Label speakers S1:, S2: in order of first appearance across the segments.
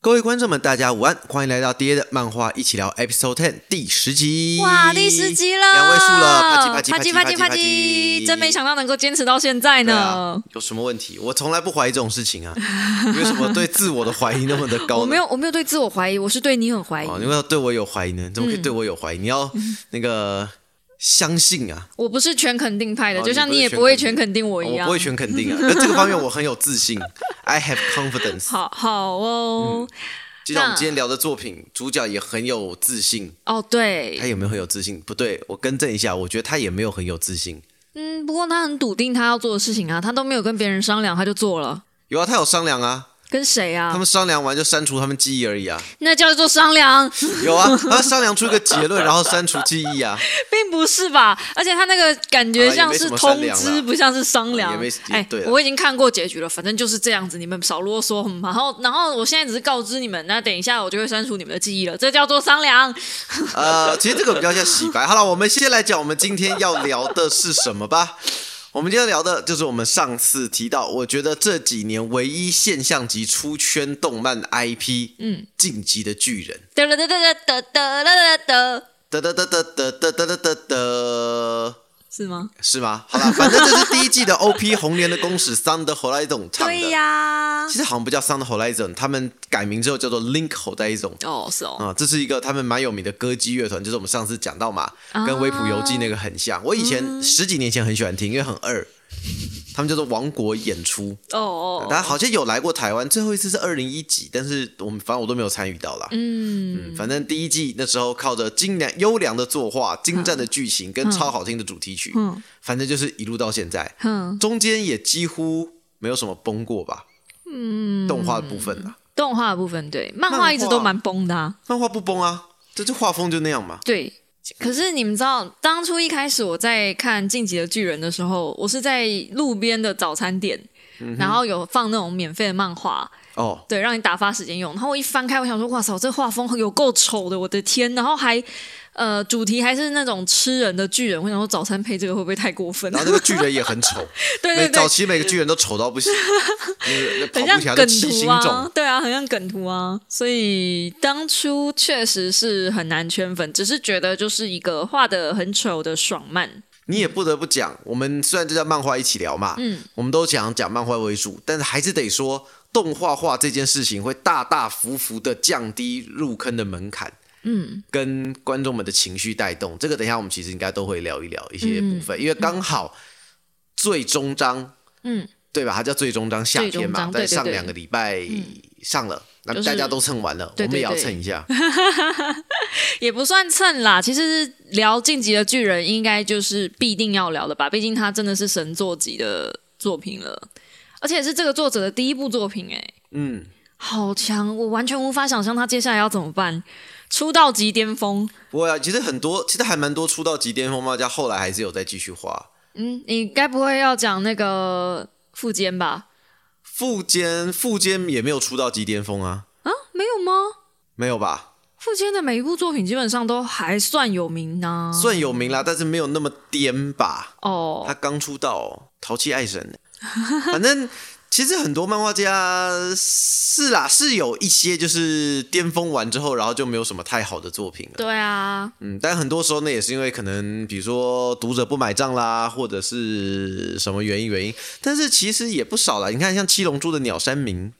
S1: 各位观众们，大家午安，欢迎来到爹的漫画一起聊 Episode Ten 第十集。
S2: 哇，第十集了，
S1: 两位数了，啪叽
S2: 啪
S1: 啪叽啪叽
S2: 叽啪
S1: 叽，
S2: 真没想到能够坚持到现在
S1: 对啊
S2: 呢。，
S1: 有什么问题？我从来不怀疑这种事情啊，为什么对自我的怀疑那么的高呢？
S2: 我没有，我没有对自我怀疑，我是对你很怀疑。嗯
S1: 哦，你为什么对我有怀疑呢？怎么可以对我有怀疑？你 要那个相信啊，
S2: 我不是全肯定派的，
S1: 哦
S2: 就像
S1: 你不是
S2: 也
S1: 全肯定
S2: 不会全肯定我一
S1: 我
S2: 样。
S1: 不会全肯 定啊，但这个方面我很有自信，I have confidence。
S2: 好好哦，
S1: 嗯就像我们
S2: 那
S1: 今天聊的作品，主角也很有自信，
S2: 哦
S1: 他
S2: 对，
S1: 有没有很有自信？不对，我更正一下，我觉得他也没有很有自信。
S2: 嗯，不过他很笃定他要做的事情啊，他都没有跟别人商量，他就做了。
S1: 有啊，他有商量啊，
S2: 跟谁
S1: 他
S2: 啊？
S1: 们商量完就删除他们记忆而已啊。
S2: 那叫做商量，
S1: 有啊，他们商量出一个结论，然后删除记忆啊，
S2: 并不是吧？而且他那个感觉
S1: 啊
S2: 像
S1: 也没
S2: 是
S1: 什么
S2: 通
S1: 商量啦
S2: 知，不像是商
S1: 啊
S2: 量
S1: 也没什。
S2: 哎
S1: 对，啦
S2: 我已经看过结局了，反正就是这样子，你们少啰嗦。嗯然后，然后我现在只是告知你们，那等一下我就会删除你们的记忆了，这叫做商量。
S1: 呃，其实这个比较像洗白。好了，我们先来讲我们今天要聊的是什么吧。我们今天聊的就是我们上次提到，我觉得这几年唯一现象级出圈动漫 IP，嗯，晋级的巨人。
S2: 得得得得得得得得，
S1: 得得得得得得得得得得，
S2: 是吗？
S1: 是吗？好了，反正这是第一季的 OP 红莲的公使 Thunder Horizon 唱的。
S2: 对呀。
S1: 其实好像不叫 Sound Horizon，他们改名之后叫做 Link Horizon
S2: 哦，是哦。
S1: 啊、这是一个他们蛮有名的歌姬乐团，就是我们上次讲到嘛，
S2: 啊
S1: 跟微普游记那个很像。我以前、
S2: 嗯
S1: 十几年前很喜欢听，因为很二。他们叫做王国演出，
S2: 哦哦
S1: 但好像有来过台湾，最后一次是二零一几，但是我们反正我都没有参与到啦。嗯反正第一季那时候靠着精良优良的作画、精湛的剧情跟超好听的主题曲，
S2: 嗯
S1: 反正就是一路到现在。
S2: 哼，
S1: 中间也几乎没有什么崩过吧。嗯，动画的部分啦，
S2: 动画的部分对，漫
S1: 漫
S2: 画
S1: 画
S2: 一直都蛮崩的、啊。
S1: 漫画不崩啊，这就画风就那样嘛。
S2: 对，可是你们知道，当初一开始我在看《进击的巨人》的时候，我是在路边的早餐店，
S1: 嗯
S2: 然后有放那种免费的漫画，
S1: 哦，
S2: 对，让你打发时间用。然后我一翻开，我想说，哇塞，这画风有够丑的，我的天！然后还呃，主题还是那种吃人的巨人，我想说早餐配这个会不会太过分？
S1: 然后那个 巨人也很丑，
S2: 对
S1: 每
S2: 对
S1: 早
S2: 对。
S1: 期每个巨人都丑到不行，那个
S2: 很
S1: 那跑步
S2: 像
S1: 起来都
S2: 梗
S1: 七
S2: 图
S1: 星
S2: 啊
S1: 种，，
S2: 对啊，很像梗图啊，所以当初确实是很难圈粉，只是觉得就是一个画的很丑的爽漫，
S1: 你也不得不讲，我们虽然就在漫画一起聊嘛，嗯，我们都想讲漫画为主，但是还是得说，动画化这件事情会大大幅幅的降低入坑的门槛，嗯，跟观众们的情绪带动，这个等一下我们其实应该都会聊一聊一些部分，因为刚好最终章，
S2: 嗯，
S1: 对吧？它叫最终章夏
S2: 最
S1: 天
S2: 终
S1: 嘛
S2: 章，对
S1: 在
S2: 对
S1: 上
S2: 对嗯
S1: 两个礼拜上了，那
S2: 就是
S1: 大家都蹭完了，
S2: 对
S1: 我们也
S2: 对
S1: 要
S2: 对
S1: 蹭一 下，
S2: 也不算蹭啦。其实聊《晋级的巨人》应该就是必定要聊的吧，毕竟它真的是神作级的作品了，而且是这个作者的第一部作品、哎，
S1: 嗯。
S2: 好强！我完全无法想象他接下来要怎么办，出道即巅峰。
S1: 不会啊，其实很多，其实还蛮多出道级巅峰漫画家，后来还是有在继续画。
S2: 嗯，你该不会要讲那个富坚吧？
S1: 富坚，富坚也没有出道级巅峰啊，
S2: 啊，没有吗？
S1: 没有吧？
S2: 富坚的每一部作品基本上都还算有名呐、
S1: 算有名啦，但是没有那么颠吧。
S2: 哦
S1: 他，刚出道、哦，淘气爱神。反正其实很多漫画家是啦，是有一些就是巅峰完之后，然后就没有什么太好的作品了。
S2: 对啊，
S1: 嗯，但很多时候呢，也是因为可能比如说读者不买账啦，或者是什么原因原因。但是其实也不少啦，你看像《七龙珠》的鸟山明，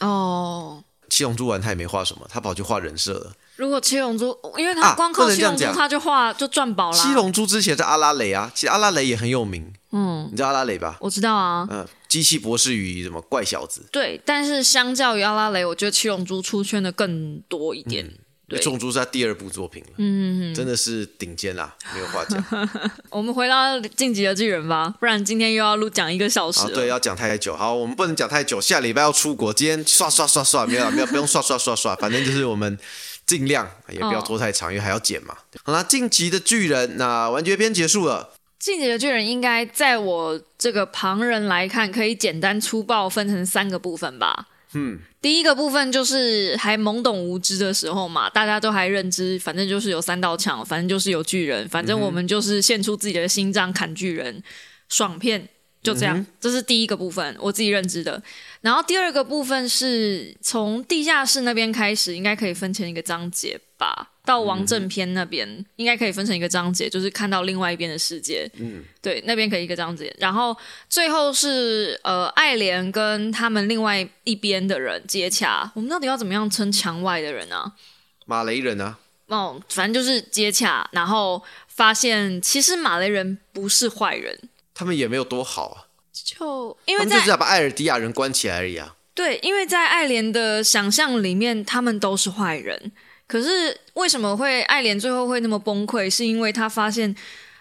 S2: 哦。
S1: 七龙珠完他也没画什么，他跑去画人设了。
S2: 如果七龙珠，因为他
S1: 啊
S2: 光靠
S1: 不能
S2: 七
S1: 这样
S2: 龙珠，
S1: 讲
S2: 他就画就赚饱啦。
S1: 七，龙珠之前是阿拉蕾啊，其实阿拉蕾也很有名，
S2: 嗯，
S1: 你知道阿拉蕾吧？
S2: 我知道啊。
S1: 嗯、机器博士与什么怪小子，
S2: 对，但是相较于阿拉蕾，我觉得七龙珠出圈的更多一点。对
S1: 七龙珠是他第二部作品了，嗯，真的是顶尖啦，没有话 讲啊。
S2: 我们回到晋级的巨人吧，不然今天又要录讲一个小时了。
S1: 对，要讲太久，好，我们不能讲太久，下礼拜要出国，今天刷刷刷刷，没有啦没有，不用刷刷刷刷，反正就是我们。尽量也
S2: 嗯
S1: 不要拖太长，因为还要剪嘛。好啦，晋级的巨人那完结篇结束了，
S2: 进击的巨人应该在我这个旁人来看，可以简单粗暴分成三个部分吧。
S1: 嗯，
S2: 第一个部分就是还懵懂无知的时候嘛，大家都还认知，反正就是有三道墙，反正就是有巨人，反正我们就是献出自己的心脏砍巨人，爽片。就这样，这是第一个部分，我自己认知的。然后第二个部分是从地下室那边开始，应该可以分成一个章节吧。到王正篇那边、应该可以分成一个章节，就是看到另外一边的世界。嗯，对，那边可以一个章节。然后最后是呃，爱莲跟他们另外一边的人接洽。我们到底要怎么样称墙外的人啊？
S1: 马雷人啊，
S2: 哦，反正就是接洽，然后发现其实马来人不是坏人，
S1: 他们也没有多好啊，
S2: 就因
S1: 他们
S2: 为
S1: 就
S2: 在
S1: 只想把艾尔迪亚人关起来而已啊。
S2: 对，因为在爱莲的想象里面，他们都是坏人。可是为什么会爱莲最后会那么崩溃？是因为他发现，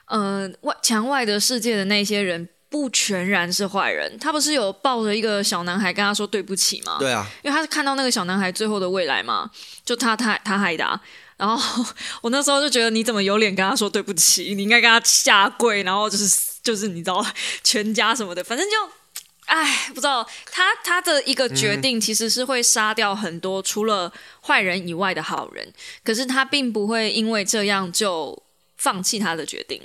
S2: 呃，外墙外的世界的那些人不全然是坏人。他不是有抱着一个小男孩跟他说对不起吗？
S1: 对啊，
S2: 因为他是看到那个小男孩最后的未来嘛，就他他他害的啊、然后 我那时候就觉得，你怎么有脸跟他说对不起？你应该跟他下跪，然后就是就是你知道 全家什么的，反正就，唉，不知道他他的一个决定其实是会杀掉很多除了坏人以外的好人，可是他并不会因为这样就放弃他的决定。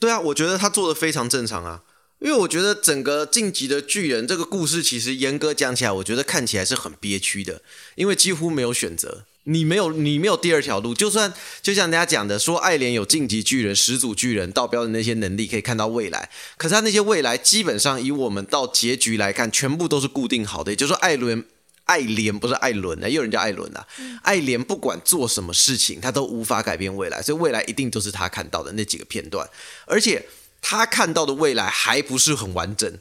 S1: 对啊，我觉得他做的非常正常啊，因为我觉得整个《晋级的巨人》这个故事，其实严格讲起来，我觉得看起来是很憋屈的，因为几乎没有选择。你没有，你没有第二条路。就算就像大家讲的，说爱莲有晋级巨人、始祖巨人、道标的那些能力，可以看到未来。可是他那些未来，基本上以我们到结局来看，全部都是固定好的。也就是说，艾伦艾莲不是艾伦啊，也有人叫艾伦啊。艾莲不管做什么事情，他都无法改变未来，所以未来一定都是他看到的那几个片段，而且他看到的未来还不是很完整。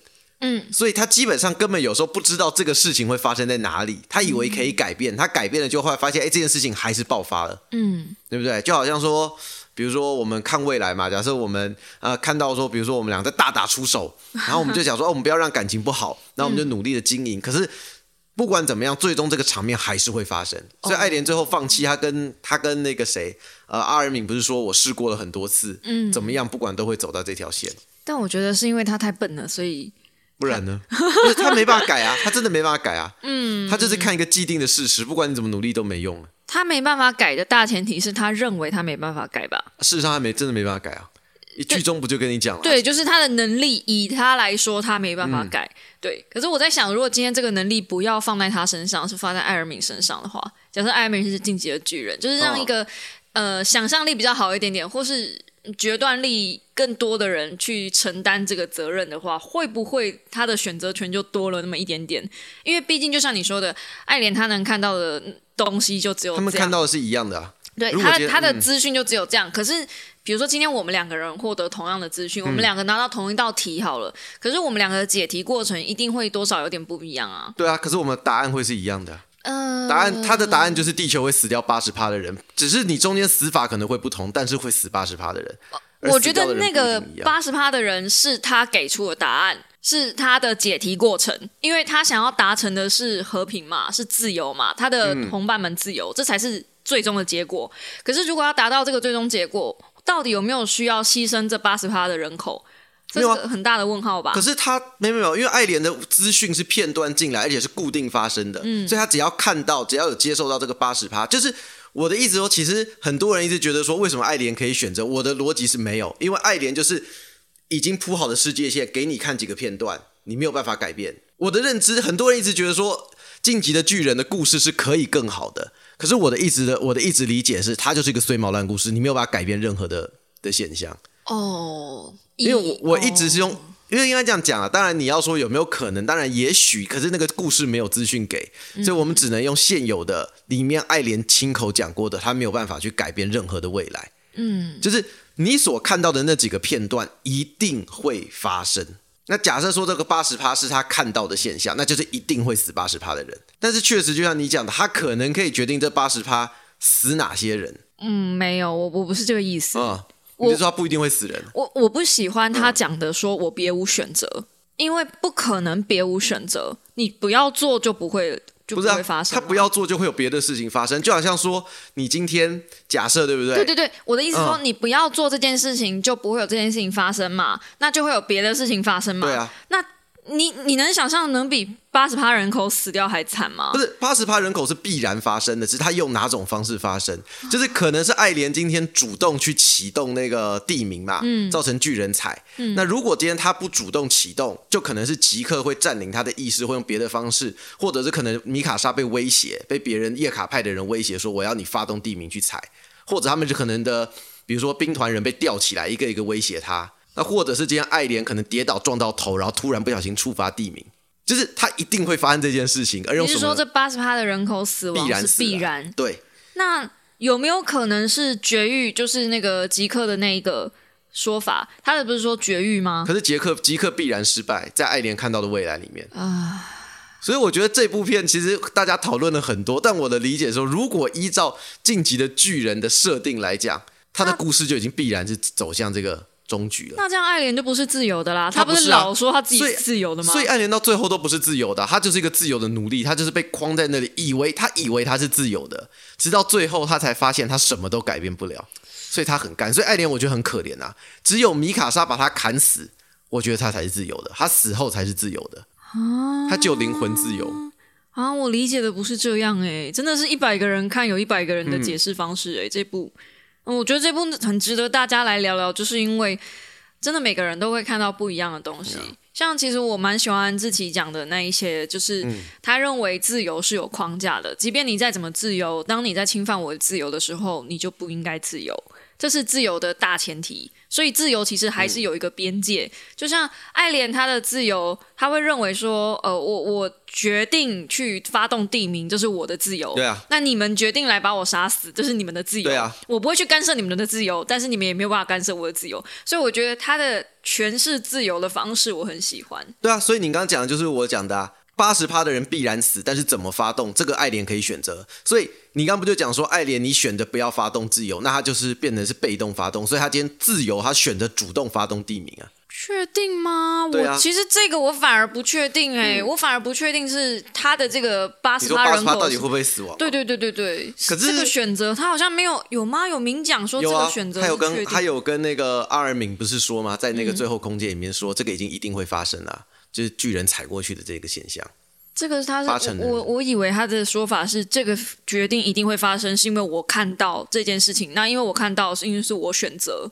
S2: 嗯，
S1: 所以他基本上根本有时候不知道这个事情会发生在哪里，他以为可以改变，他改变了就后来发现，哎，这件事情还是爆发了。
S2: 嗯，
S1: 对不对？就好像说，比如说我们看未来嘛，假设我们呃看到说，比如说我们俩在大打出 手，然后我们就想说，哦，我们不要让感情不好，然后我们就努力的经
S2: 嗯
S1: 营。可是不管怎么样，最终这个场面还是会发生。所
S2: 哦
S1: 以爱莲最后放弃，她跟她跟那个谁，呃，阿尔敏不是说我试过了很多次，嗯，怎么样，不管都会走到这条线。
S2: 但我觉得是因为他太笨了，所以
S1: 不然 呢？不是他没办法改啊，他真的没办法改啊。嗯，他就是看一个既定的事实，不管你怎么努力都没用。啊
S2: 他没办法改的大前提是他认为他没办法改吧。
S1: 事实上，他没真的没办法改啊。剧中不就跟你讲了？
S2: 对，就是他的能力，以他来说，他没办法改。
S1: 嗯
S2: 对，可是我在想，如果今天这个能力不要放在他身上，是放在艾尔敏身上的话，假设艾尔敏是晋级的巨人，就是让一个、
S1: 嗯
S2: 呃想象力比较好一点点，或是决断力更多的人去承担这个责任的话，会不会他的选择权就多了那么一点点？因为毕竟就像你说的，爱莲她能看到的东西就只有
S1: 他们
S2: 这样
S1: 看到的是一样的啊。
S2: 对
S1: 如果
S2: 他
S1: 今
S2: 的
S1: 天
S2: 他的
S1: 嗯
S2: 资讯就只有这样。可是比如说今天我们两个人获得同样的资
S1: 嗯
S2: 讯，我们两个拿到同一道题好了，可是我们两个的解题过程一定会多少有点不一样啊。
S1: 对啊，可是我们答案会是一样的啊。
S2: 嗯、
S1: 答案，他的答案就是地球会死掉八十趴的人，只是你中间死法可能会不同，但是会死八十趴的人。而
S2: 哦我
S1: 死
S2: 觉
S1: 掉
S2: 得
S1: 的人不
S2: 那
S1: 一
S2: 个
S1: 定一样
S2: 八十趴的人是他给出的答案，是他的解题过程，因为他想要达成的是和平嘛，是自由嘛，
S1: 嗯
S2: 他的同伴们自由，这才是最终的结果。可是如果要达到这个最终结果，到底有没有需要牺牲这八十趴的人口？这
S1: 没
S2: 是
S1: 有啊
S2: 个很大的问号吧
S1: 可？是他没有没有，因为爱莲的资讯是片段进来，而且是固定发生的，所以他只要看到，只要有接受到这个八十趴，就是我的意思说，其实很多人一直觉得说，为什么爱莲可以选择？我的逻辑是没有，因为爱莲就是已经铺好的世界线，给你看几个片段，你没有办法改变。我的认知，很多人一直觉得说，晋级的巨人的故事是可以更好的，可是我的一直的我的一直理解是，它就是一个碎毛烂故事，你没有办法改变任何的的现象。
S2: 哦，
S1: 因为
S2: 以
S1: 我我一直是用，
S2: 哦
S1: 因为应该这样讲啊。当然你要说有没有可能，当然也许，可是那个故事没有资讯给，所以我们只能用现有的里面爱莲亲口讲过的，他没有办法去改变任何的未来。嗯，就是你所看到的那几个片段一定会发生。那假设说这个八十趴是他看到的现象，那就是一定会死八十趴的人。但是确实就像你讲的，他可能可以决定这八十趴死哪些人
S2: 嗯，没有，我我不是这个意思。
S1: 啊。
S2: 我
S1: 你就说他不一定会死人，
S2: 我我不喜欢他讲的说我别无选择，因为不可能别无选择，你不要做就不会就
S1: 不是、啊、
S2: 会发生、
S1: 他不。要做就会有别的事情发生，就好像说你今天假设对不对？
S2: 对对对，我的意思说，
S1: 嗯
S2: 你不要做这件事情，就不会有这件事情发生嘛，那就会有别的事情发生嘛。
S1: 对啊，
S2: 那你你能想象能比八十趴人口死掉还惨吗
S1: 不？是八十趴人口是必然发生的，只是他用哪种方式发生，
S2: 啊
S1: 就是可能是爱莲今天主动去启动那个地名嘛，
S2: 嗯
S1: 造成巨人踩。那如果今天他不主动启动，就可能是即刻会占领他的意识，会用别的方式，或者是可能米卡莎被威胁，被别人叶卡派的人威胁说我要你发动地名去踩，或者他们就可能的，比如说兵团人被吊起来，一个一个威胁他。那或者是今天爱莲可能跌倒撞到头，然后突然不小心触发地名，就是他一定会发生这件事情，而用
S2: 你
S1: 什
S2: 是
S1: 么？
S2: 说这八十趴的人口死亡
S1: 必然
S2: 是
S1: 死啊
S2: 必然？
S1: 对，
S2: 那有没有可能是绝育？就是那个极客的那一个说法，他的不是说绝育吗？
S1: 可是杰克杰克必然失败，在爱莲看到的未来里面啊。所以我觉得这部片其实大家讨论了很多，但我的理解说，如果依照晋级的巨人的设定来讲，他的故事就已经必然是走向这个终局了。
S2: 那这样爱莲就不是自由的啦，
S1: 她
S2: 不
S1: 不
S2: 是
S1: 是啊
S2: 老说她自己
S1: 所以
S2: 是自由的吗？
S1: 所以啊爱莲到最后都不是自由的，他就是一个自由的奴隶，他就是被框在那里，以为他以为他是自由的，直到最后他才发现他什么都改变不了，所以他很干。所以爱莲我觉得很可怜啊，只有米卡莎把他砍死，我觉得他才是自由的，他死后才是自由的，他只有灵魂自由。
S2: 啊，我理解的不是这样哎、真的是一百个人看有一百个人的解释方式哎、这部，嗯我觉得这部很值得大家来聊聊，就是因为真的每个人都会看到不一样的东
S1: 啊
S2: 西。像其实我蛮喜欢自己讲的那一些，就是
S1: 嗯
S2: 他认为自由是有框架的，即便你再怎么自由，当你在侵犯我的自由的时候，你就不应该自由。这是自由的大前提。所以自由其实
S1: 嗯
S2: 还是有一个边界。就像爱莲她的自由，她会认为说，呃，我我决定去发动地名，这是我的自由。
S1: 对啊。
S2: 那你们决定来把我杀死，这是你们的自由。
S1: 对啊。
S2: 我不会去干涉你们的自由，但是你们也没有办法干涉我的自由。所以我觉得她的诠释自由的方式，我很喜欢。
S1: 对啊，所以你刚刚讲的就是我讲的、啊，八十趴的人必然死，但是怎么发动，这个爱莲可以选择。所以你刚刚不就讲说，爱莲你选择不要发动自由，那他就是变成是被动发动，所以他今天自由，他选择主动发动地名啊。
S2: 确定吗？
S1: 对啊
S2: 我其实这个我反而不确定哎、我反而不确定是他的这个八
S1: 你
S2: 十
S1: 说八
S2: 人
S1: 十趴
S2: 口
S1: 到
S2: 是
S1: 底会不会死亡？
S2: 对对对对对，
S1: 可是
S2: 这个选择他好像没有有吗？有明讲说这
S1: 有
S2: 个
S1: 啊
S2: 选，择
S1: 他有
S2: 是确
S1: 跟
S2: 定嗯
S1: 他有跟那个阿尔敏不是说吗？在那个最后空间里面说，这个已经一定会发生了、啊就是巨人踩过去的这个现象。
S2: 这个他
S1: 八
S2: 是
S1: 成的
S2: 我我我以为他的说法是这个决定一定会发生，是因为我看到这件事情。那因为我看到是因为是我选择，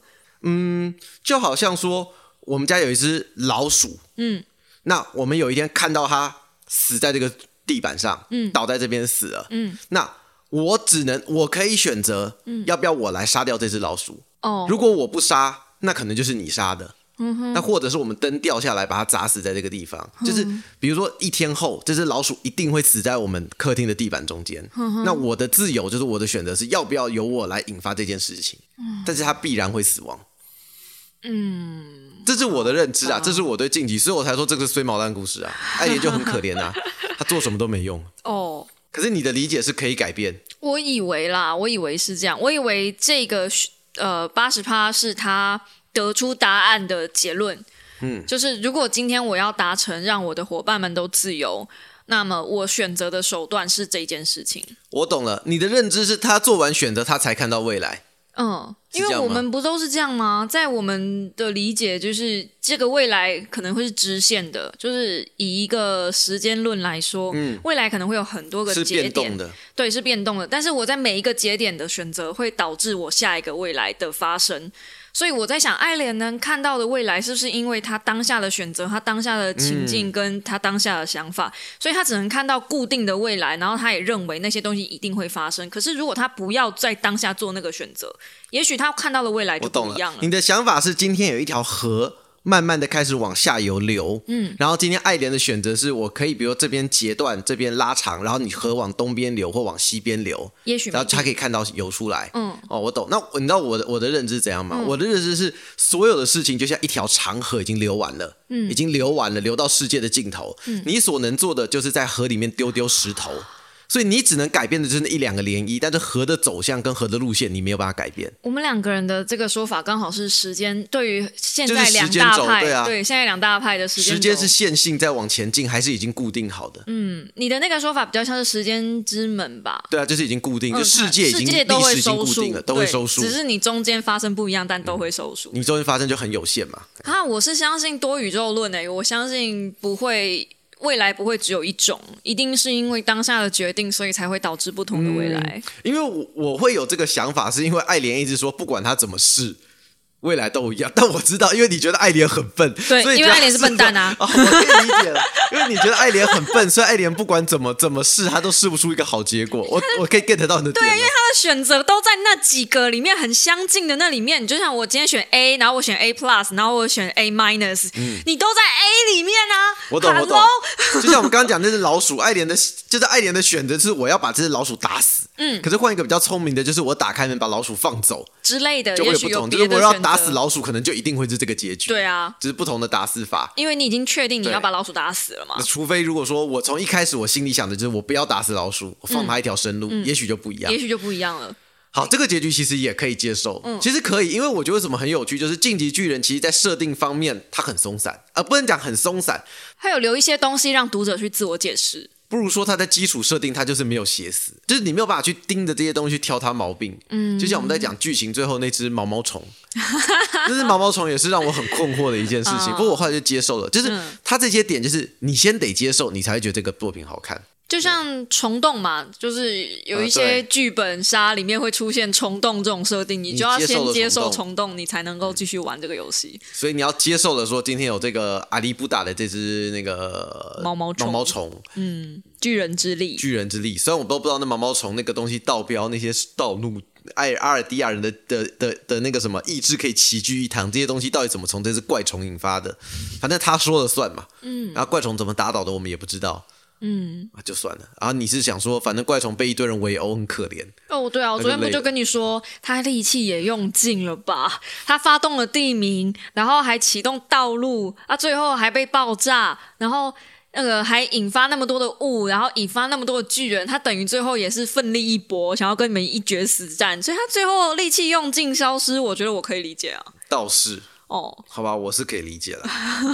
S1: 就好像说我们家有一只老鼠，嗯，那我们有一天看到它死在这个地板上，嗯，倒在这边死了，嗯，那我只能我可以选择，嗯，要不要我来杀掉这只老鼠？
S2: 哦
S1: 如果我不杀，那可能就是你杀的。嗯哼，那或者是我们灯掉下来，把它砸死在这个地方，就是比如说一天后，这只老鼠一定会死在我们客厅的地板中间。那我的自由就是我的选择是要不要由我来引发这件事情，但是它必然会死亡。这是我的认知啊，这是我对晋级，所以我才说这个是衰毛蛋故事啊。艾莲就很可怜啊，他做什么都没用。
S2: 哦，
S1: 可是你的理解是可以改变，
S2: 我以为啦，我以为是这样，我以为这个呃八十趴是他得出答案的结论。嗯，就是如果今天我要达成让我的伙伴们都自由，那么我选择的手段是这件事情。
S1: 我懂了。你的认知是他做完选择，他才看到未来。
S2: 嗯，
S1: 是
S2: 因
S1: 这
S2: 为
S1: 样
S2: 我
S1: 吗
S2: 们不都是这样吗？在我们的理解，就是这个未来可能会是直线的，就是以一个时间论来说，未来可能会有很多
S1: 嗯
S2: 个
S1: 是
S2: 节
S1: 变
S2: 点
S1: 动，的，
S2: 对，是变动的。但是我在每一个节点的选择，会导致我下一个未来的发生。所以我在想，爱莲能看到的未来，是不是因为他当下的选择、他当下的
S1: 嗯
S2: 情境跟他当下的想法，所以他只能看到固定的未来，然后他也认为那些东西一定会发生。可是如果他不要在当下做那个选择，也许他看到的未来
S1: 我
S2: 就
S1: 懂
S2: 不一
S1: 了
S2: 样了。
S1: 你的想法是今天有一条河。慢慢的开始往下游流，嗯，然后今天爱莲的选择是我可以，比如这边截断，这边拉长，然后你河往东边流或往西边流，
S2: 也许没
S1: 然后他可以看到游出来。嗯，哦，我懂。那我你知道我的我的认知怎样吗？我的认知是所有的事情就像一条长河已经流完了，嗯，已经流完了，流到世界的尽头。你所能做的就是在河里面丢丢石头。所以你只能改变的就是那一两个涟漪，但是河的走向跟河的路线你没有办法改变。
S2: 我们两个人的这个说法刚好是时间对于现
S1: 就是
S2: 在
S1: 时
S2: 两
S1: 间
S2: 大
S1: 轴
S2: 派，
S1: 对啊
S2: 现在两大派的时间
S1: 时间
S2: 轴
S1: 是线性在往前进，还是已经固定好的？
S2: 嗯，你的那个说法比较像是时间之门吧。
S1: 对啊，就是已经固定，
S2: 嗯
S1: 就世界已经
S2: 世界都
S1: 历
S2: 会
S1: 史已经
S2: 收
S1: 固
S2: 束
S1: 定了，都会
S2: 对
S1: 收束嗯
S2: 只。是你中间发生不一样，但都会收束。
S1: 你中间发生就很有限嘛。
S2: 啊，我是相信多宇宙论诶、我相信不会未来不会只有一种，一定是因为当下的决定，所以才会导致不同的未来。
S1: 因为我我会有这个想法，是因为爱莲一直说不管他怎么试，未来都一样。但我知道，因为你觉得爱莲很笨，
S2: 对
S1: 所以
S2: 因为爱莲是笨蛋啊
S1: 哦，我可以理解了，因为你觉得爱莲很笨，所以爱莲不管怎么怎么试，他都试不出一个好结果。我我可以 get 到你的点啊了，
S2: 他的选择都在那几个里面很相近的那里面，你就像我今天选 A，然后我选 A plus，然后我选 A minus，、你都在 A 里面啊。
S1: 嗯我懂我懂
S2: Hello？。
S1: 就像我们刚刚讲那只老鼠，爱莲的，就是爱莲的选择是我要把这只老鼠打死。嗯，可是换一个比较聪明的，就是我打开门把老鼠放走，
S2: 之类的，
S1: 就会
S2: 也
S1: 有
S2: 许
S1: 不
S2: 有
S1: 同。就
S2: 别
S1: 是
S2: 的
S1: 我要
S2: 选
S1: 打
S2: 择
S1: 死老鼠，可能就一定会是这个结局。
S2: 对啊，
S1: 只是不同的打死法。
S2: 因为你已经确定你要把老鼠打死了嘛
S1: 那，除非如果说我从一开始我心里想的就是我不要打死老鼠，我放它一条生路，也许就不一样
S2: 嗯也。许就不一样了。
S1: 好，这个结局其实也可以接受，
S2: 嗯
S1: 其实可以，因为我觉得为什么很有趣，就是晋级巨人其实在设定方面它很松散，呃，不能讲很松散，
S2: 还有留一些东西让读者去自我解释。
S1: 不如说它在基础设定它就是没有写死，就是你没有办法去盯着这些东西去挑它毛病。嗯，就像我们在讲剧情最后那只毛毛 虫，那只毛毛虫也是让我很困惑的一件事情，
S2: 哦
S1: 不过我后来就接受了，就是
S2: 嗯
S1: 它这些点就是你先得接受，你才会觉得这个作品好看。
S2: 就像虫洞嘛，就是有一
S1: 呃
S2: 些
S1: 对
S2: 剧本杀里面会出现虫洞这种设定，你就要先接受虫洞，你才能够继续玩这个游戏。
S1: 所以你要接受了说，今天有这个阿里布达的这只那个
S2: 毛毛虫
S1: 毛毛虫
S2: 巨人之力，
S1: 巨人之力，虽然我都不知道那毛毛虫那个东西道标那些道路爱阿尔迪亚人的的的的那个什么意志可以齐聚一堂，这些东西到底怎么从这只怪虫引发的？反正他说了算嘛。嗯，然后怪虫怎么打倒的我们也不知道。嗯，就算了。然后你是想说，反正怪虫被一堆人围殴，很可怜。
S2: 哦，对啊，我昨天不就跟你说，他力气也用尽了吧？他发动了地名，然后还启动道路，啊，最后还被爆炸，然后那个还引发那么多的雾，然后引发那么多的巨人，他等于最后也是奋力一搏，想要跟你们一决死战，所以他最后力气用尽消失，我觉得我可以理解啊。
S1: 倒是，
S2: 哦，
S1: 好吧，我是可以理解了，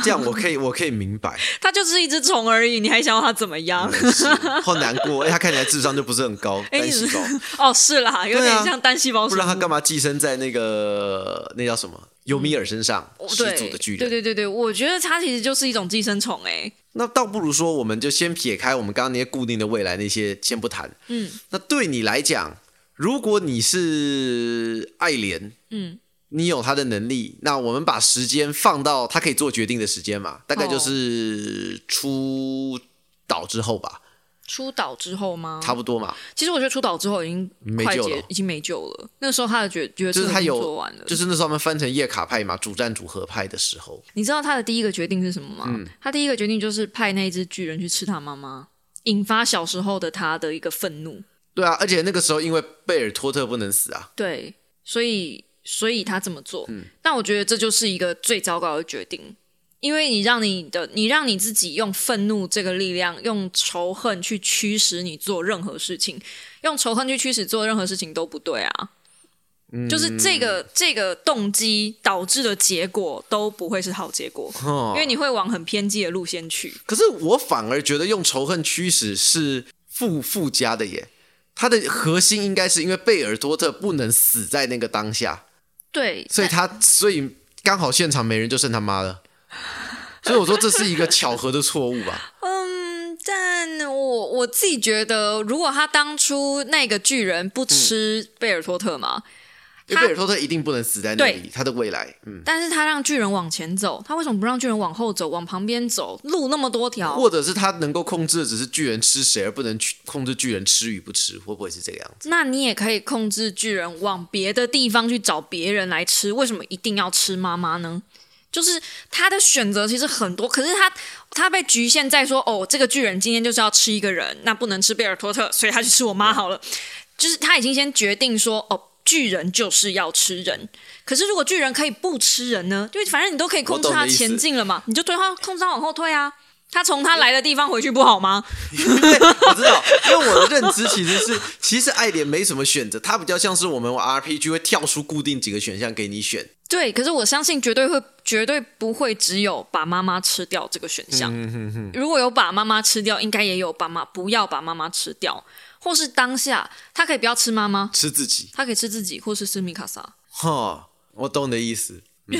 S1: 这样我可以我可以明白。
S2: 他就是一只虫而已，你还想要他怎么样？
S1: 是好难过，哎、他看起来智商就不是很 高，
S2: 哎
S1: 单细胞，
S2: 哦，是啦，有
S1: 对啊
S2: 点像单细胞
S1: 不
S2: 生
S1: 然他
S2: 物。
S1: 干嘛寄生在那个那叫什么尤米尔身上？始
S2: 嗯对
S1: 祖的巨人。
S2: 对对对对，我觉得它其实就是一种寄生虫哎、
S1: 那倒不如说，我们就先撇开我们刚刚那些固定的未来那些先不谈。
S2: 嗯，
S1: 那对你来讲，如果你是爱莲，
S2: 嗯，
S1: 你有他的能力，那我们把时间放到他可以做决定的时间嘛，大概就是出岛之后吧，
S2: 出岛之后吗？
S1: 差不多嘛。
S2: 其实我觉得出岛之后已经
S1: 没
S2: 快
S1: 救
S2: 结
S1: 了，
S2: 已经没救了。那时候他的决决
S1: 就
S2: 策
S1: 是他
S2: 已经
S1: 有
S2: 做完了。
S1: 就是那时候他们翻成叶卡派嘛，主战组合派的时候，
S2: 你知道他的第一个决定是什么吗？
S1: 嗯
S2: 他第一个决定就是派那一只巨人去吃他妈妈，引发小时候的他的一个愤怒。
S1: 对啊，而且那个时候因为贝尔托特不能死啊，
S2: 对，所以所以他这么做，
S1: 嗯
S2: 但我觉得这就是一个最糟糕的决定，因为你让你的你让你自己用愤怒这个力量，用仇恨去驱使你做任何事情，用仇恨去驱使做任何事情都不对啊。
S1: 嗯
S2: 就是这个这个动机导致的结果都不会是好结果，
S1: 哦
S2: 因为你会往很偏激的路线去。
S1: 可是我反而觉得用仇恨驱使是附附加的耶，它的核心应该是因为贝尔托特不能死在那个当下，
S2: 对，
S1: 所以他所以刚好现场没人，就剩他妈了。所以我说这是一个巧合的错误吧？
S2: 嗯，但我我自己觉得，如果他当初那个巨人
S1: 嗯
S2: 不吃贝尔托特嘛，
S1: 因为贝尔托特一定不能死在那里，他的未来，嗯，
S2: 但是他让巨人往前走，他为什么不让巨人往后走，往旁边走？路那么多条，
S1: 或者是他能够控制的只是巨人吃谁，而不能去控制巨人吃与不吃，会不会是这个样子？
S2: 那你也可以控制巨人往别的地方去找别人来吃，为什么一定要吃妈妈呢？就是他的选择其实很多，可是他他被局限在说，哦，这个巨人今天就是要吃一个人，那不能吃贝尔托特，所以他去吃我妈好了。就是他已经先决定说，哦，巨人就是要吃人。可是如果巨人可以不吃人呢？就反正你都可以控制
S1: 我懂
S2: 他
S1: 你的意思
S2: 前进了嘛，你就对他控制他往后退啊。他从他来的地方回去不好吗？
S1: 对，我知道，因为我的认知其实是，其实爱莲没什么选择，它比较像是我们玩 RPG 会跳出固定几个选项给你选。
S2: 对，可是我相信绝对会，绝对不会只有把妈妈吃掉这个选项。如果有把妈妈吃掉，应该也有把妈不要把妈妈吃掉，或是当下他可以不要吃妈妈，
S1: 吃自己，
S2: 他可以吃自己，或是吃米卡莎。
S1: 哈，我懂你的意思。嗯、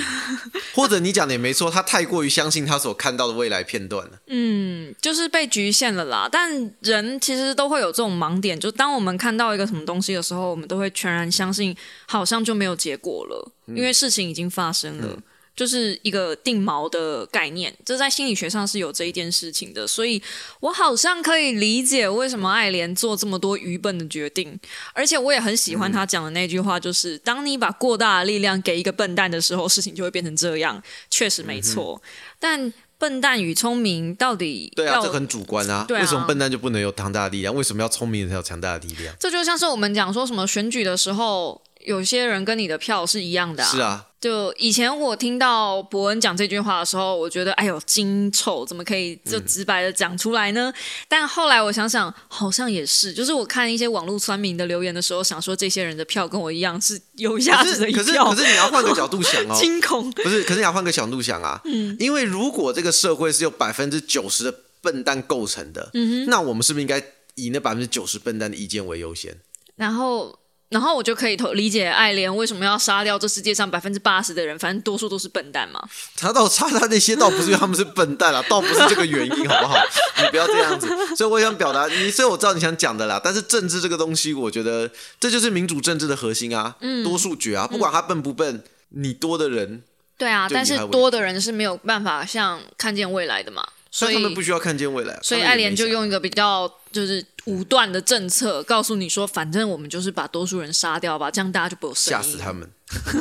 S1: 或者你讲的也没错，他太过于相信他所看到的未来片段了。
S2: 嗯，就是被局限了啦。但人其实都会有这种盲点，就当我们看到一个什么东西的时候，我们都会全然相信，好像就没有结果了，
S1: 嗯
S2: 因为事情已经发生了，就是一个定锚的概念。这在心理学上是有这一件事情的，所以我好像可以理解为什么爱莲做这么多愚笨的决定。而且我也很喜
S1: 嗯
S2: 欢他讲的那句话，就是、当你把过大的力量给一个笨蛋的时候，事情就会变成这样。确实没错，但笨蛋与聪明到底
S1: 嗯对啊，
S2: 要
S1: 这很主观啊。
S2: 对啊
S1: 为什么笨蛋就不能有强大的力量？为什么要聪明人才有强大的力量？
S2: 这就像是我们讲说什么选举的时候，有些人跟你的票是一样的、
S1: 是。啊，
S2: 就以前我听到伯恩讲这句话的时候，我觉得哎呦金丑怎么可以
S1: 嗯
S2: 就直白的讲出来呢？但后来我想想，好像也是，就是我看一些网络酸民的留言的时候，想说这些人的票跟我一样是有
S1: 可
S2: 价值
S1: 是
S2: 的一
S1: 可是
S2: 票
S1: 可，是你要换个角度想 哦，
S2: 惊 恐。
S1: 不是，可是你要换个角度想啊，嗯，因为如果这个社会是由百分之九十的笨蛋构成的，嗯那我们是不是应该以那百分之九十笨蛋的意见为优先？
S2: 然后，然后我就可以投理解爱莲为什么要杀掉这世界上百分之八十的人，反正多数都是笨蛋嘛。
S1: 他倒差他那些倒不是因为他们是笨蛋 啦，倒不是这个原因，好不好？你不要这样子。所以我想表达你，所以我知道你想讲的啦。但是政治这个东西，我觉得这就是民主政治的核心啊，嗯，多数决啊，不管他笨不笨，你多的人，
S2: 对啊，
S1: 就
S2: 但
S1: 以
S2: 是
S1: 他为
S2: 多的人是没有办法像看见未来的嘛，所
S1: 所以
S2: 以
S1: 他们不需要看见未来，
S2: 所以
S1: 他们也
S2: 爱
S1: 没
S2: 莲就
S1: 想
S2: 用一个比较就是武断的政策，告诉你说，反正我们就是把多数人杀掉吧，这样大家就不会有声
S1: 吓
S2: 音。
S1: 死他们。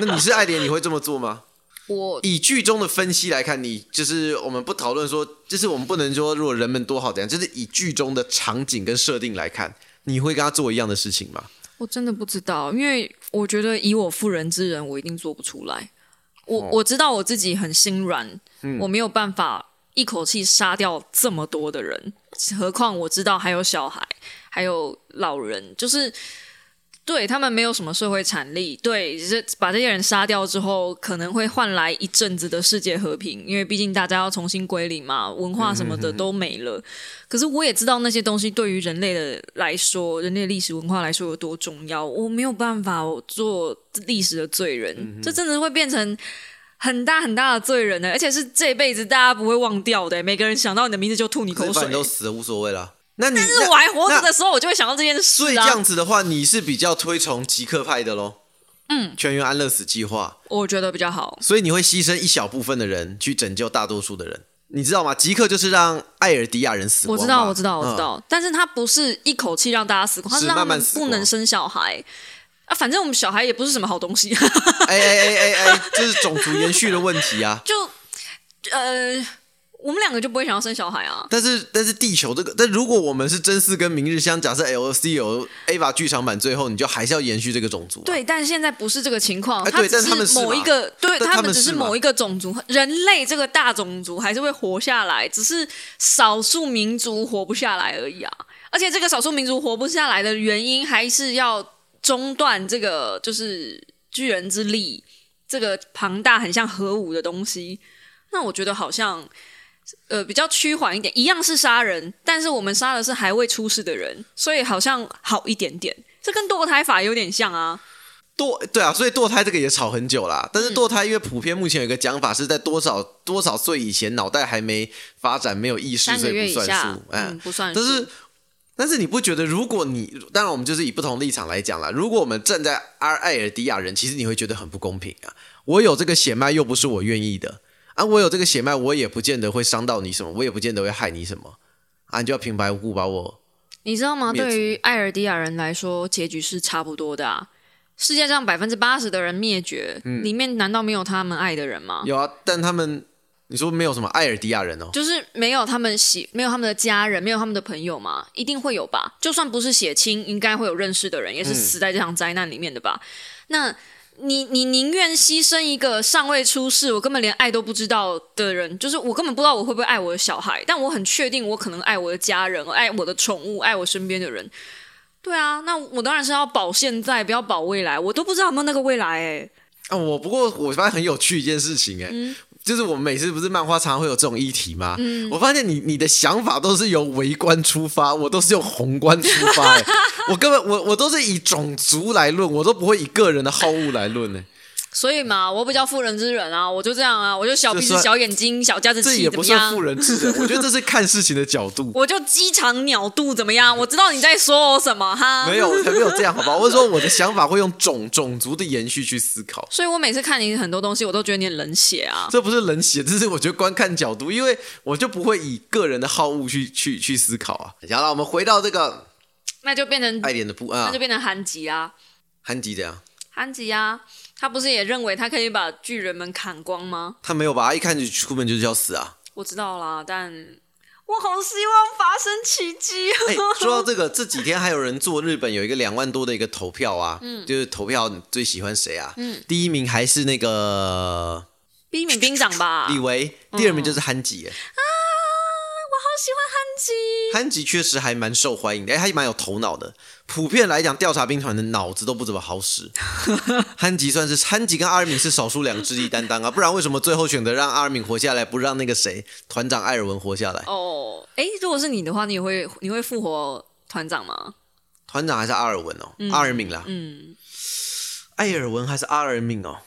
S1: 那你是爱莲，你会这么做吗？
S2: 我
S1: 以剧中的分析来看，你就是我们不讨论说，就是我们不能说如果人们多好怎样，就是以剧中的场景跟设定来看，你会跟他做一样的事情吗？
S2: 我真的不知道，因为我觉得以我妇人之仁，我一定做不出来。我、
S1: 哦嗯
S2: 我知道我自己很心软，我没有办法一口气杀掉这么多的人，何况我知道还有小孩，还有老人，就是对他们没有什么社会产力。对，这把这些人杀掉之后，可能会换来一阵子的世界和平，因为毕竟大家要重新归零嘛，文化什么
S1: 嗯
S2: 的都没了。可是我也知道那些东西对于人类的来说，人类的历史文化来说有多重要。我没有办法我做历史的罪人，
S1: 嗯
S2: 这真的会变成很大很大的罪人呢、而且是这辈子大家不会忘掉的、欸每个人想到你的名字就吐你
S1: 可
S2: 口
S1: 是
S2: 水
S1: 反。正都死了无所谓了。那你
S2: 但是我还活着的时候，我就会想到这件
S1: 所以
S2: 事
S1: 这
S2: 啊
S1: 样。子的话，你是比较推崇极客派的喽？嗯，全员安乐死计划，
S2: 我觉得比较好。
S1: 所以你会牺牲一小部分的人去拯救大多数的人，你知道吗？极客就是让艾尔迪亚人死
S2: 我
S1: 光
S2: 知道，
S1: 嘛
S2: 我知道，我知。
S1: 嗯
S2: 道，但是他不是一口气让大家死光，他
S1: 是
S2: 让他
S1: 慢慢
S2: 们
S1: 死
S2: 不
S1: 光
S2: 能生小孩啊。反正我们小孩也不是什么好东西，
S1: 哎哎哎哎哎，这是种族延续的问题啊。
S2: 就呃，我们两个就不会想要生小孩啊。
S1: 但是但是地球这个，但如果我们是真四跟明日香，假设 L C 有 AVA 剧场版最后，你就还是要延续这个种族、，啊
S2: 对，但现在不是这个情况，
S1: 哎
S2: 他
S1: 对
S2: 只
S1: 但他们是
S2: 某
S1: 嘛
S2: 一个，对
S1: 但
S2: 他
S1: 他
S2: 们
S1: 们
S2: 只
S1: 是
S2: 是
S1: 嘛
S2: 某一个种族，人类这个大种族还是会活下来，只是少数民族活不下来而已啊。而且这个少数民族活不下来的原因，还是要中断这个就是巨人之力，这个庞大很像核武的东西。那我觉得好像。呃，比较趋缓一点，一样是杀人，但是我们杀的是还未出世的人，所以好像好一点点。这跟堕胎法有点像啊。
S1: 堕对啊，所以堕胎这个也吵很久啦。但是
S2: 嗯
S1: 堕胎因为普遍目前有一个讲法是在多少多少岁以前，脑袋还没发展、没有意识，
S2: 三
S1: 所
S2: 个月
S1: 以不
S2: 以
S1: 算
S2: 下
S1: 数，。
S2: 嗯，
S1: 嗯，
S2: 不算数。
S1: 但是。但是你不觉得，如果你当然我们就是以不同立场来讲啦，如果我们站在阿艾尔迪亚人，其实你会觉得很不公平啊！我有这个血脉，又不是我愿意的啊！我有这个血脉，我也不见得会伤到你什么，我也不见得会害你什么啊！你就要平白无故把我
S2: 你知道吗？
S1: 灭族
S2: 对于艾尔迪亚人来说，结局是差不多的啊。世界上百分之八十的人灭绝，
S1: 嗯
S2: 里面难道没有他们爱的人吗？
S1: 有啊？但他们你说没有什么艾尔迪亚人哦，
S2: 就是没有他们喜，没有他们的家人，没有他们的朋友嘛，一定会有
S1: 嗯
S2: 吧？就算不是血亲，应该会有认识的人，也是死在这场灾难里面的吧？那你你宁愿牺牲一个尚未出世，我根本连爱都不知道的人，就是我根本不知道我会不会爱我的小孩，但我很确定我可能爱我的家人，爱我的宠物，爱我身边的人。对啊，那我当然是要保现在，不要保未来。我都不知道有没有那个未来哎、
S1: 啊，我不过我发现很有趣一件事情、哎、
S2: 嗯
S1: 就是我们每次不是漫画常常会有这种议题吗？我发现你你的想法都是由微观出 发，欸我都是用宏观出发、哎我根本我我都是以种族来论，我都不会以个人的好恶来论 呢、哎
S2: 所以嘛，我比较妇人之仁啊，我就这样啊，我就小鼻
S1: 这
S2: 子、
S1: 算
S2: 小眼睛、小家子
S1: 这
S2: 气
S1: 也
S2: 怎
S1: 不
S2: 么
S1: 算妇
S2: 样？
S1: 人之 仁，我觉得这是看事情的角度。
S2: 我就鸡肠鸟肚怎么 样？我知道你在说我什么哈。
S1: 没有，我才没有这样，好吧？我是说我的想法会用种种族的延续去思考，
S2: 所以我每次看你很多东西，我都觉得你很冷血啊。
S1: 这不是冷血，这是我觉得观看角度，因为我就不会以个人的好恶去去去思考啊。然后我们回到这个
S2: 那就变成
S1: 爱莲的部
S2: 那
S1: 啊
S2: 就，变成韩吉啊，
S1: 韩吉怎样？
S2: 韩吉啊，他不是也认为他可以把巨人们砍光吗？
S1: 他没有吧？他一看就出门就是要死 啊！
S2: 我知道啦，但我好希望发生奇迹啊。
S1: 哎，说到这个，这几天还有人做日本有一个两万多的一个投票啊，
S2: 嗯
S1: 就是投票你最喜欢谁啊？第一名还是那个
S2: 冰敏兵长吧，
S1: 李维，
S2: 嗯
S1: 第二名就是憨吉耶。
S2: 好喜欢韩吉。
S1: 憨吉确实还蛮受欢迎的，哎，他也蛮有头脑的。普遍来讲，调查兵团的脑子都不怎么好 使。憨吉算是憨吉跟阿尔敏是少数两个智力担当啊，不然为什么最后选择让阿尔敏活下来，不让那个谁团长艾尔文活下来？
S2: 哦，哎，如果是你的话，你也会你会复活团长吗？
S1: 团长还是阿尔文哦，阿尔敏啦，
S2: 嗯，
S1: 艾尔文还是阿尔敏哦？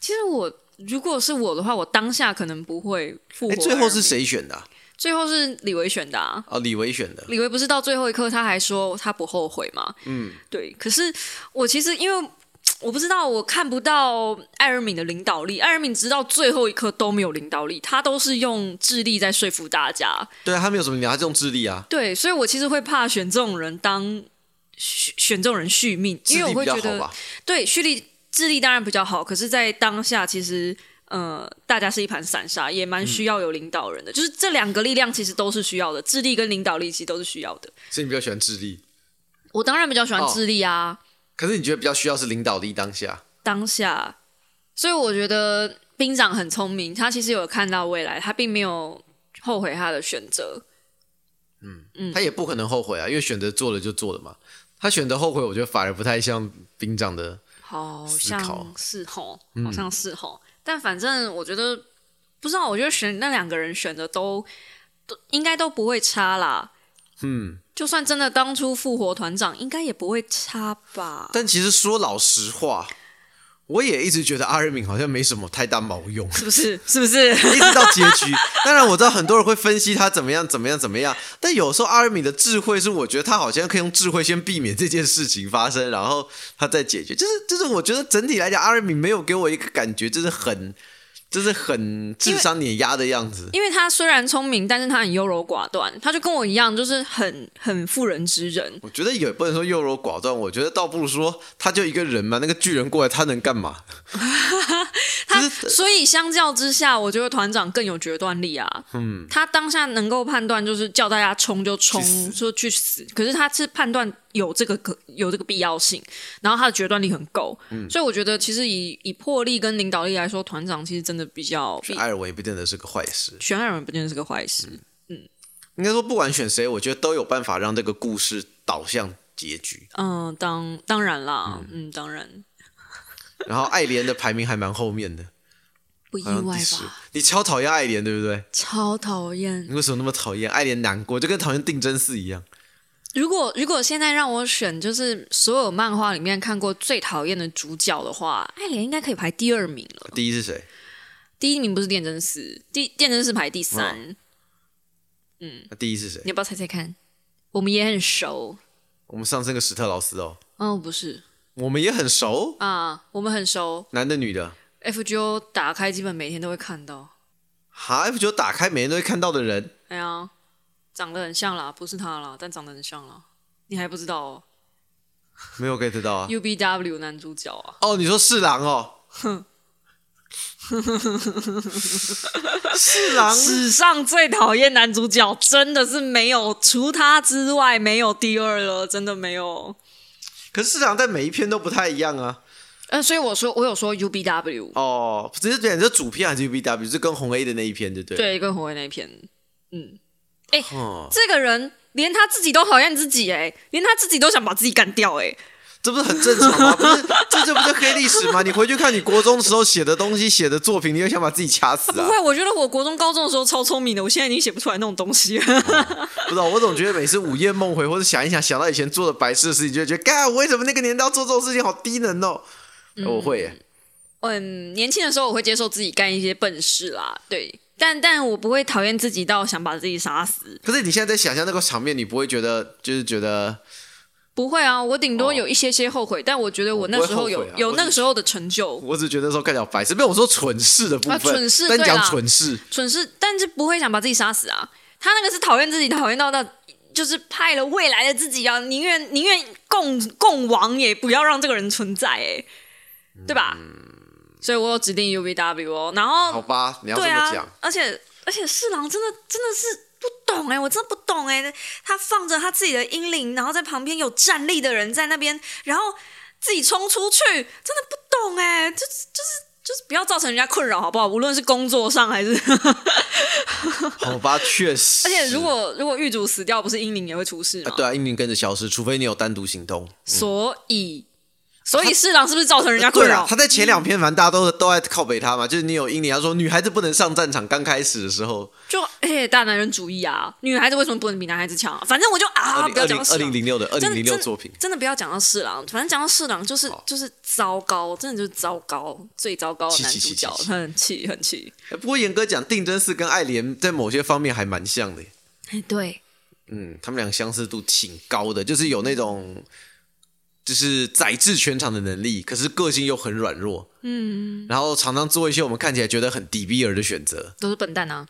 S2: 其实我如果是我的话，我当下可能不会复活
S1: 哎，
S2: 艾尔敏。
S1: 最后是谁选的啊？
S2: 最后是李维选的、啊。
S1: 哦，李维选的。
S2: 李维不是到最后一刻他还说他不后悔吗？嗯，对。可是我其实因为我不知道，我看不到艾尔敏的领导力。艾尔敏直到最后一刻都没有领导力，他都是用智力在说服大家。
S1: 对啊，他没有什么鸟，他这种智力啊，
S2: 对，所以我其实会怕选这种人当选选这种人续命，
S1: 智
S2: 因为
S1: 力
S2: 我
S1: 比
S2: 会
S1: 较
S2: 觉
S1: 好
S2: 得
S1: 吧？
S2: 对蓄力智力当然比较好，可是，在当下其实。呃，大家是一盘散沙，也蛮需要有领导人的。就是这两个力量其实都是需要的，智力跟领导力其实都是需要的。
S1: 所以你比较喜欢智力，
S2: 我当然比较喜欢智力啊，
S1: 可是你觉得比较需要是领导力当下。
S2: 当下，所以我觉得兵长很聪明，他其实有看到未来，他并没有后悔他的选择。嗯
S1: 他也不可能后悔啊，因为选择做了就做了嘛。他选择后悔，我觉得反而不太像兵长的。
S2: 好
S1: 思考
S2: 像是吼，好像是吼，但反正我觉得不知道，我觉得选那两个人选的都都应该都不会差啦。
S1: 嗯，
S2: 就算真的当初复活团长，应该也不会差吧？
S1: 但其实说老实话，我也一直觉得阿瑞敏好像没什么太大毛用，
S2: 是不是？是不是？
S1: 一直到结局。当然我知道很多人会分析他怎么样怎么样怎么样，但有时候阿瑞敏的智慧是，我觉得他好像可以用智慧先避免这件事情发生，然后他再解决。就是就是，我觉得整体来讲，阿瑞敏没有给我一个感觉，就是很就是很智商碾压的样子。
S2: 因为他虽然聪明，但是他很优柔寡断，他就跟我一样，就是很很妇人之仁。
S1: 我觉得也不能说优柔寡断，我觉得倒不如说他就一个人嘛，那个巨人过来他能干嘛？
S2: 他
S1: 就是
S2: 所以相较之下，我觉得团长更有决断力啊。嗯，他当下能够判断，就是叫大家冲就冲
S1: 去死，
S2: 说去死。可是他是判断有这个可有这个必要性，然后他的决断力很够。
S1: 嗯
S2: 所以我觉得其实以以魄力跟领导力来说，团长其实真的比较比
S1: 艾尔文也不见得是个坏事，
S2: 选爱人不见得是个坏事。
S1: 应该说不管选谁，我觉得都有办法让这个故事导向结局。
S2: 嗯，当当然啦，嗯，当然
S1: 然后爱莲的排名还蛮后面的，
S2: 不意
S1: 好像
S2: 外
S1: 第十
S2: 吧？。
S1: 你超讨厌爱莲对不对？
S2: 超讨厌
S1: 你为什么那么讨厌爱莲？难过就跟讨厌定真寺一样。
S2: 如果如果现在让我选，就是所有漫画里面看过最讨厌的主角的话，爱莲应该可以排第二名了。
S1: 第一是谁？
S2: 第一名不是电真司，第电真司排第三。
S1: 那啊第一是谁
S2: 你？要不要猜猜看？我们也很熟。
S1: 我们上升个史特劳斯哦，
S2: 哦，不是
S1: 我们也很熟，
S2: 啊，我们很熟。
S1: 男的女的。
S2: FGO 打开基本每天都会看到。
S1: 哈 F 九打开，每天都会看到的人，
S2: 哎呀，长得很像啦，不是他啦，但长得很像啦。你还不知道哦
S1: 没有 get 到啊。
S2: ？UBW 男主角啊，
S1: 哦，你说侍郎哦，侍郎
S2: 史上最讨厌男主角，真的是没有，除他之外没有第二了，真的没有。
S1: 可是侍郎在每一篇都不太一样啊。
S2: 呃，所以我说我有说 UBW，
S1: 哦，只是讲这主篇还是 UBW，是跟红 A 的那一篇，对不对？。
S2: 对，跟红卫那一篇，嗯，
S1: 哦，
S2: 这个人连他自己都讨厌自己、哎，连他自己都想把自己干掉、哎，
S1: 这不是很正常吗？不是， 这这不就黑历史吗？你回去看你国中的时候写的东西、写的作品，你会想把自己掐死
S2: 不
S1: 啊？
S2: 会，我觉得我国中、高中的时候超聪明的，我现在已经写不出来那种东 西了。
S1: 不知道，我总觉得每次午夜梦回或者想一想，想到以前做的白痴的事情，就会觉得，干，我为什么那个年代要做这种事情，好低能哦。哎我会耶，
S2: 嗯，年轻的时候我会接受自己干一些笨事啦，对，但但我不会讨厌自己到想把自己杀死，
S1: 可是你现在在想象那个场面，你不会觉得就是觉得
S2: 不会啊，我顶多
S1: 哦
S2: 有一些些后悔，但我觉得我那时候有、
S1: 我不会后悔啊
S2: 有
S1: 我
S2: 那个
S1: 只
S2: 时候的成就，
S1: 我只觉得那时候看起来白痴，没有我说蠢事的部分，
S2: 啊蠢事
S1: 但
S2: 对
S1: 讲
S2: 啦
S1: 蠢事，
S2: 蠢事，但是不会想把自己杀死啊。他那个是讨厌自己，讨厌到到就是害了未来的自己啊，宁愿宁愿共共亡也不要让这个人存在、哎，对吧？所以我有指定 UVW 哦，然后
S1: 好吧，你要这
S2: 对
S1: 么讲
S2: 啊，，而且而且侍郎真的真的是不懂哎、我真的不懂哎、他放着他自己的英灵，然后在旁边有站立的人在那边，然后自己冲出去，真的不懂哎、就就是就是不要造成人家困扰好不好？无论是工作上还是，
S1: 好吧，确实。
S2: 而且如果如果狱主死掉，不是英灵也会出事
S1: 啊
S2: 吗？嗯
S1: 对啊，英灵跟着消失，除非你有单独行动。
S2: 所以所以侍郎是不是造成人家困
S1: 对
S2: 扰
S1: 啊，？他在前两篇，反正大家都 都在靠北他嘛，就是你有英灵，他说女孩子不能上战场，刚开始的时候，
S2: 就哎、大男人主义啊！女孩子为什么不能比男孩子强、啊？反正我就啊，
S1: 二
S2: 不
S1: 零
S2: 要
S1: 二
S2: 讲
S1: 零
S2: 侍
S1: 二
S2: 郎
S1: 零零六的二
S2: 真
S1: 零
S2: 的
S1: 零
S2: 真
S1: 六
S2: 的
S1: 作品，
S2: 真的不要讲到侍郎，反正讲到侍郎就是、就是糟糕，真的就是糟糕，最糟糕的
S1: 气
S2: 男
S1: 气
S2: 主
S1: 气
S2: 角，
S1: 气气
S2: 很气很气。
S1: 哎不过严格讲，定真寺跟爱莲在某些方面还蛮像的耶，
S2: 哎，对，
S1: 嗯，他们俩相似度挺高的，就是有那种就是宰制全场的能力，可是个性又很软弱，嗯，然后常常做一些我们看起来觉得很低 B 尔的选择，
S2: 都是笨蛋啊！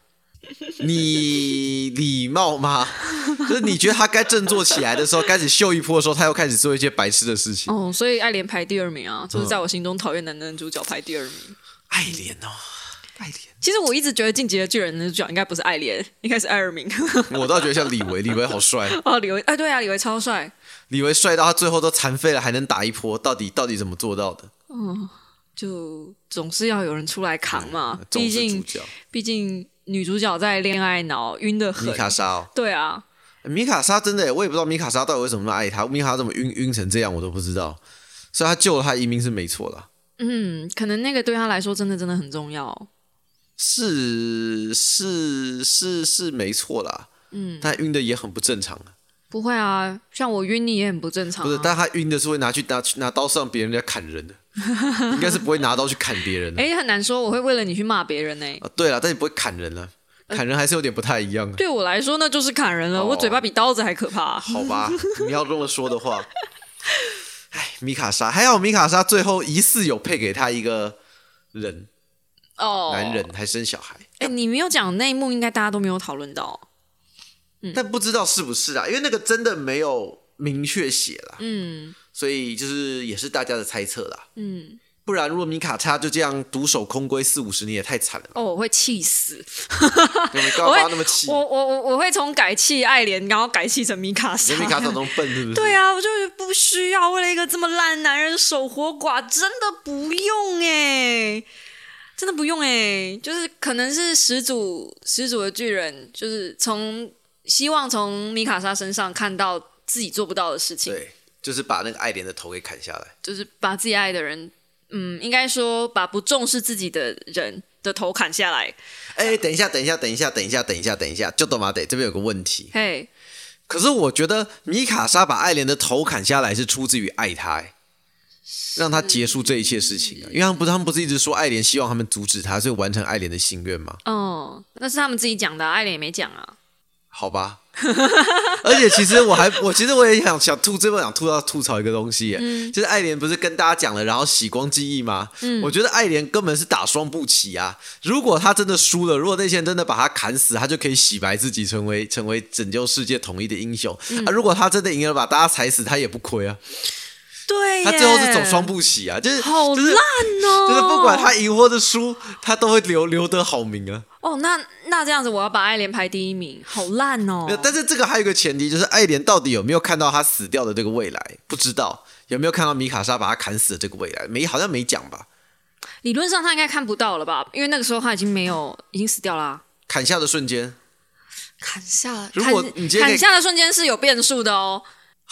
S1: 你礼貌吗？ 就是你觉得他该振作起来的时候，开始秀一波的时候，他又开始做一些白痴的事情。
S2: 哦，所以爱莲排第二名啊，就是在我心中讨厌男男主角排第二名。
S1: 嗯爱莲哦，爱莲，
S2: 其实我一直觉得《进击的巨人》的主角应该不是爱莲，应该是艾 尔明。
S1: 我倒觉得像李维，李维好帅，
S2: 哦，李维，哎，对啊，李维超帅，
S1: 李维帅到他最后都残废了，还能打一波，到底到底怎么做到的？
S2: 就总是要有人出来扛嘛。
S1: 总
S2: 毕
S1: 嗯是主
S2: 竟，
S1: 角
S2: 毕竟女主角在恋爱脑晕的
S1: 米
S2: 很。
S1: 卡莎哦，
S2: 对啊，
S1: 米卡莎真的耶，我也不知道米卡莎到底为什么那么爱他，米卡莎怎么晕晕成这样，我都不知道。所以他救了他一命是没错的，
S2: 嗯，可能那个对他来说真的真的很重要。
S1: 是是是是没错啦。嗯，但晕的也很不正常啊。
S2: 不会啊，像我晕你也很不正常、啊。
S1: 不是，但他晕的是会拿去拿去拿刀上别人家砍人的，应该是不会拿刀去砍别人的。
S2: 哎、很难说，我会为了你去骂别人呢、
S1: 啊，对了，但你不会砍人了，
S2: 呃
S1: 砍人还是有点不太一样啊。
S2: 对我来说，那就是砍人了。
S1: 哦
S2: 我嘴巴比刀子还可 怕、
S1: 好吧，你要这么说的话，哎，米卡莎还好，米卡莎最后疑似有配给他一个人，
S2: 哦，
S1: 男。人还生小孩，
S2: 哎、你没有讲内幕，应该大家都没有讨论到。嗯
S1: 但不知道是不是啊，因为那个真的没有明确写啦，
S2: 嗯
S1: 所以就是也是大家的猜测啦。
S2: 嗯，
S1: 不然，如果米卡莎就这样独守空闺四五十年，也太惨了吧。
S2: 哦，我会气死，
S1: 你们干
S2: 我
S1: 嘛
S2: 会
S1: 那么气？
S2: 我我我我会从改气爱莲，然后改气成米卡莎。
S1: 人米卡莎中笨是不是？
S2: 对啊，我就是不需要为了一个这么烂的男人守活寡，真的不用哎、真的不用哎、就是可能是始祖始祖的巨人，就是从希望从米卡莎身上看到自己做不到的事情，
S1: 对，就是把那个爱莲的头给砍下来。
S2: 就是把自己爱的人，嗯，应该说把不重视自己的人的头砍下来。
S1: 哎，等一下，等一下，等一下，等一下，等一下，等一下，就懂吗？得这边有个问题。
S2: 嘿，
S1: 可是我觉得米卡莎把爱莲的头砍下来是出自于爱她，哎让她结束这一切事情啊。因为他们不是他们不是一直说爱莲希望他们阻止她，所以完成爱莲的心愿吗？
S2: 哦，那是他们自己讲的啊，爱莲也没讲啊。
S1: 好吧。 而且其实我还，我其实我也想想吐，这本想吐到吐槽一个东西耶，
S2: 嗯
S1: 就是爱莲不是跟大家讲了，然后洗光记忆吗？我觉得爱莲根本是打双步棋啊！如果他真的输了，如果那些人真的把他砍死，他就可以洗白自己，成为成为拯救世界统一的英雄、
S2: 嗯
S1: 啊！如果他真的赢了，把大家踩死，他也不亏啊！
S2: 对耶，
S1: 他最后是走双步棋啊，就是
S2: 好
S1: 就是
S2: 烂哦、
S1: 就是不管他赢或者输，他都会留留得好名啊。
S2: 哦，那那这样子，我要把爱莲排第一名，好烂哦
S1: 没有，！但是这个还有一个前提，就是爱莲到底有没有看到他死掉的这个未来，不知道。有没有看到米卡莎把他砍死的这个未来？没，好像没讲吧？
S2: 理论上他应该看不到了吧？因为那个时候他已经没有，已经死掉啦、
S1: 砍下的瞬间，
S2: 砍下了，
S1: 如果
S2: 砍
S1: 你今天可以
S2: 砍下的瞬间是有变数的哦。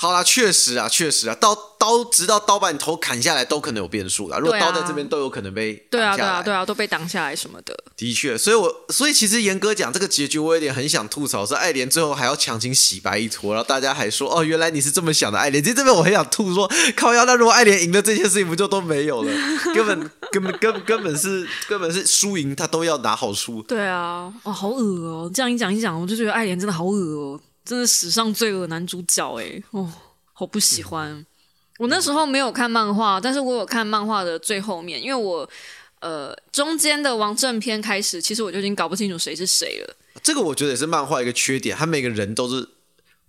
S1: 好啦，确实啊，确实啊，刀刀直到刀把你头砍下来都可能有变数啦。如果
S2: 对啊
S1: 刀在这边都有可能被
S2: 对啊，
S1: 砍
S2: 对
S1: 下
S2: 啊，
S1: 来
S2: 对啊，都被挡下来什么的。
S1: 的确，所以我所以其实严格讲，这个结局我有点很想吐槽，是爱莲最后还要强行洗白一坨，然后大家还说哦，原来你是这么想的，爱莲。其实这边我很想吐说，靠腰，那如果爱莲赢了这件事情，不就都没有了？根本根本根根本是根本是输赢他都要拿好处。
S2: 对啊，哇，好恶哦！这样一讲一讲，我就觉得爱莲真的好恶哦，真的史上最恶男主角哎，哦，好不
S1: 嗯
S2: 喜欢。我那时候没有看漫画，但是我有看漫画的最后面，因为我呃中间的王正篇开始，其实我就已经搞不清楚谁是谁了。
S1: 这个我觉得也是漫画一个缺点，他每个人都是，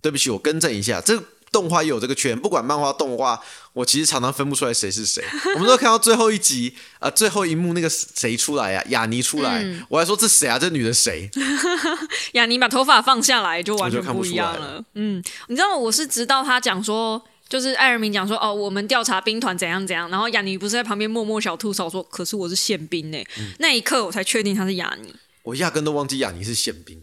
S1: 对不起，我更正一下，这个动画也有这个缺点，不管漫画动画，我其实常常分不出来谁是 谁。我们都看到最后一集啊、呃最后一幕那个谁出来呀、雅尼出来，
S2: 嗯
S1: 我还说这谁啊？这女的谁？
S2: 雅尼把头发放下来，就完
S1: 我
S2: 全
S1: 就看不
S2: 一
S1: 出来
S2: 样
S1: 了
S2: 嗯，你知道我是直到他讲说，就是艾尔明讲说，哦，我们调查兵团怎样怎样，然后雅尼不是在旁边默默小吐槽说，可是我是宪兵呢、欸
S1: 嗯
S2: 那一刻我才确定他是雅尼。
S1: 我压根都忘记雅尼是宪兵，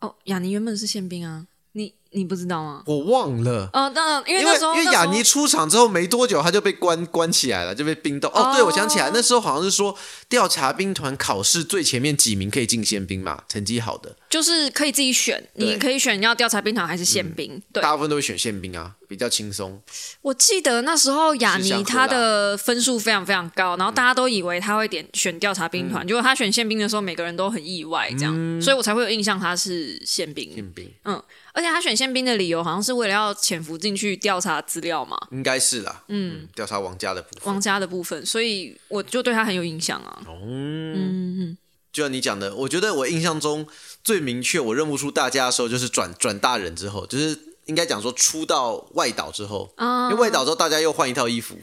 S2: 哦，雅尼原本是宪兵啊，你你不知道吗？
S1: 我忘了。
S2: 呃，当然，因为
S1: 因为
S2: 那时
S1: 因
S2: 候
S1: 为
S2: 那时
S1: 雅
S2: 候
S1: 尼出场之后没多久，他就被关关起来了，就被冰冻。哦，对，我想起来，那时候好像是说调查兵团考试最前面几名可以进宪兵嘛，成绩好的
S2: 就是可以自己选，你
S1: 对嗯
S2: 可以选要调查兵团还是宪兵。对，
S1: 大部分都会选宪兵啊，比较轻松。
S2: 我记得那时候雅
S1: 是
S2: 尼
S1: 香克拉
S2: 他的分数非常非常高，然后大家都以为他会点选调查兵
S1: 嗯
S2: 团，结果他选宪兵的时候，每个人都很意外，这样，所以我才会有印象他是宪兵。
S1: 宪兵
S2: 嗯，而且他选宪兵的理由好像是为了要潜伏进去调查资料嘛，
S1: 应该是啦，嗯，调查王家的部分。
S2: 王家的部分，所以我就对他很有印象啊。
S1: 哦就像你讲的，我觉得我印象中最明确，我认不出大家的时候，就是转转大人之后，就是应该讲说出到外岛之后，
S2: 啊
S1: 因为外岛之后大家又换一套衣服，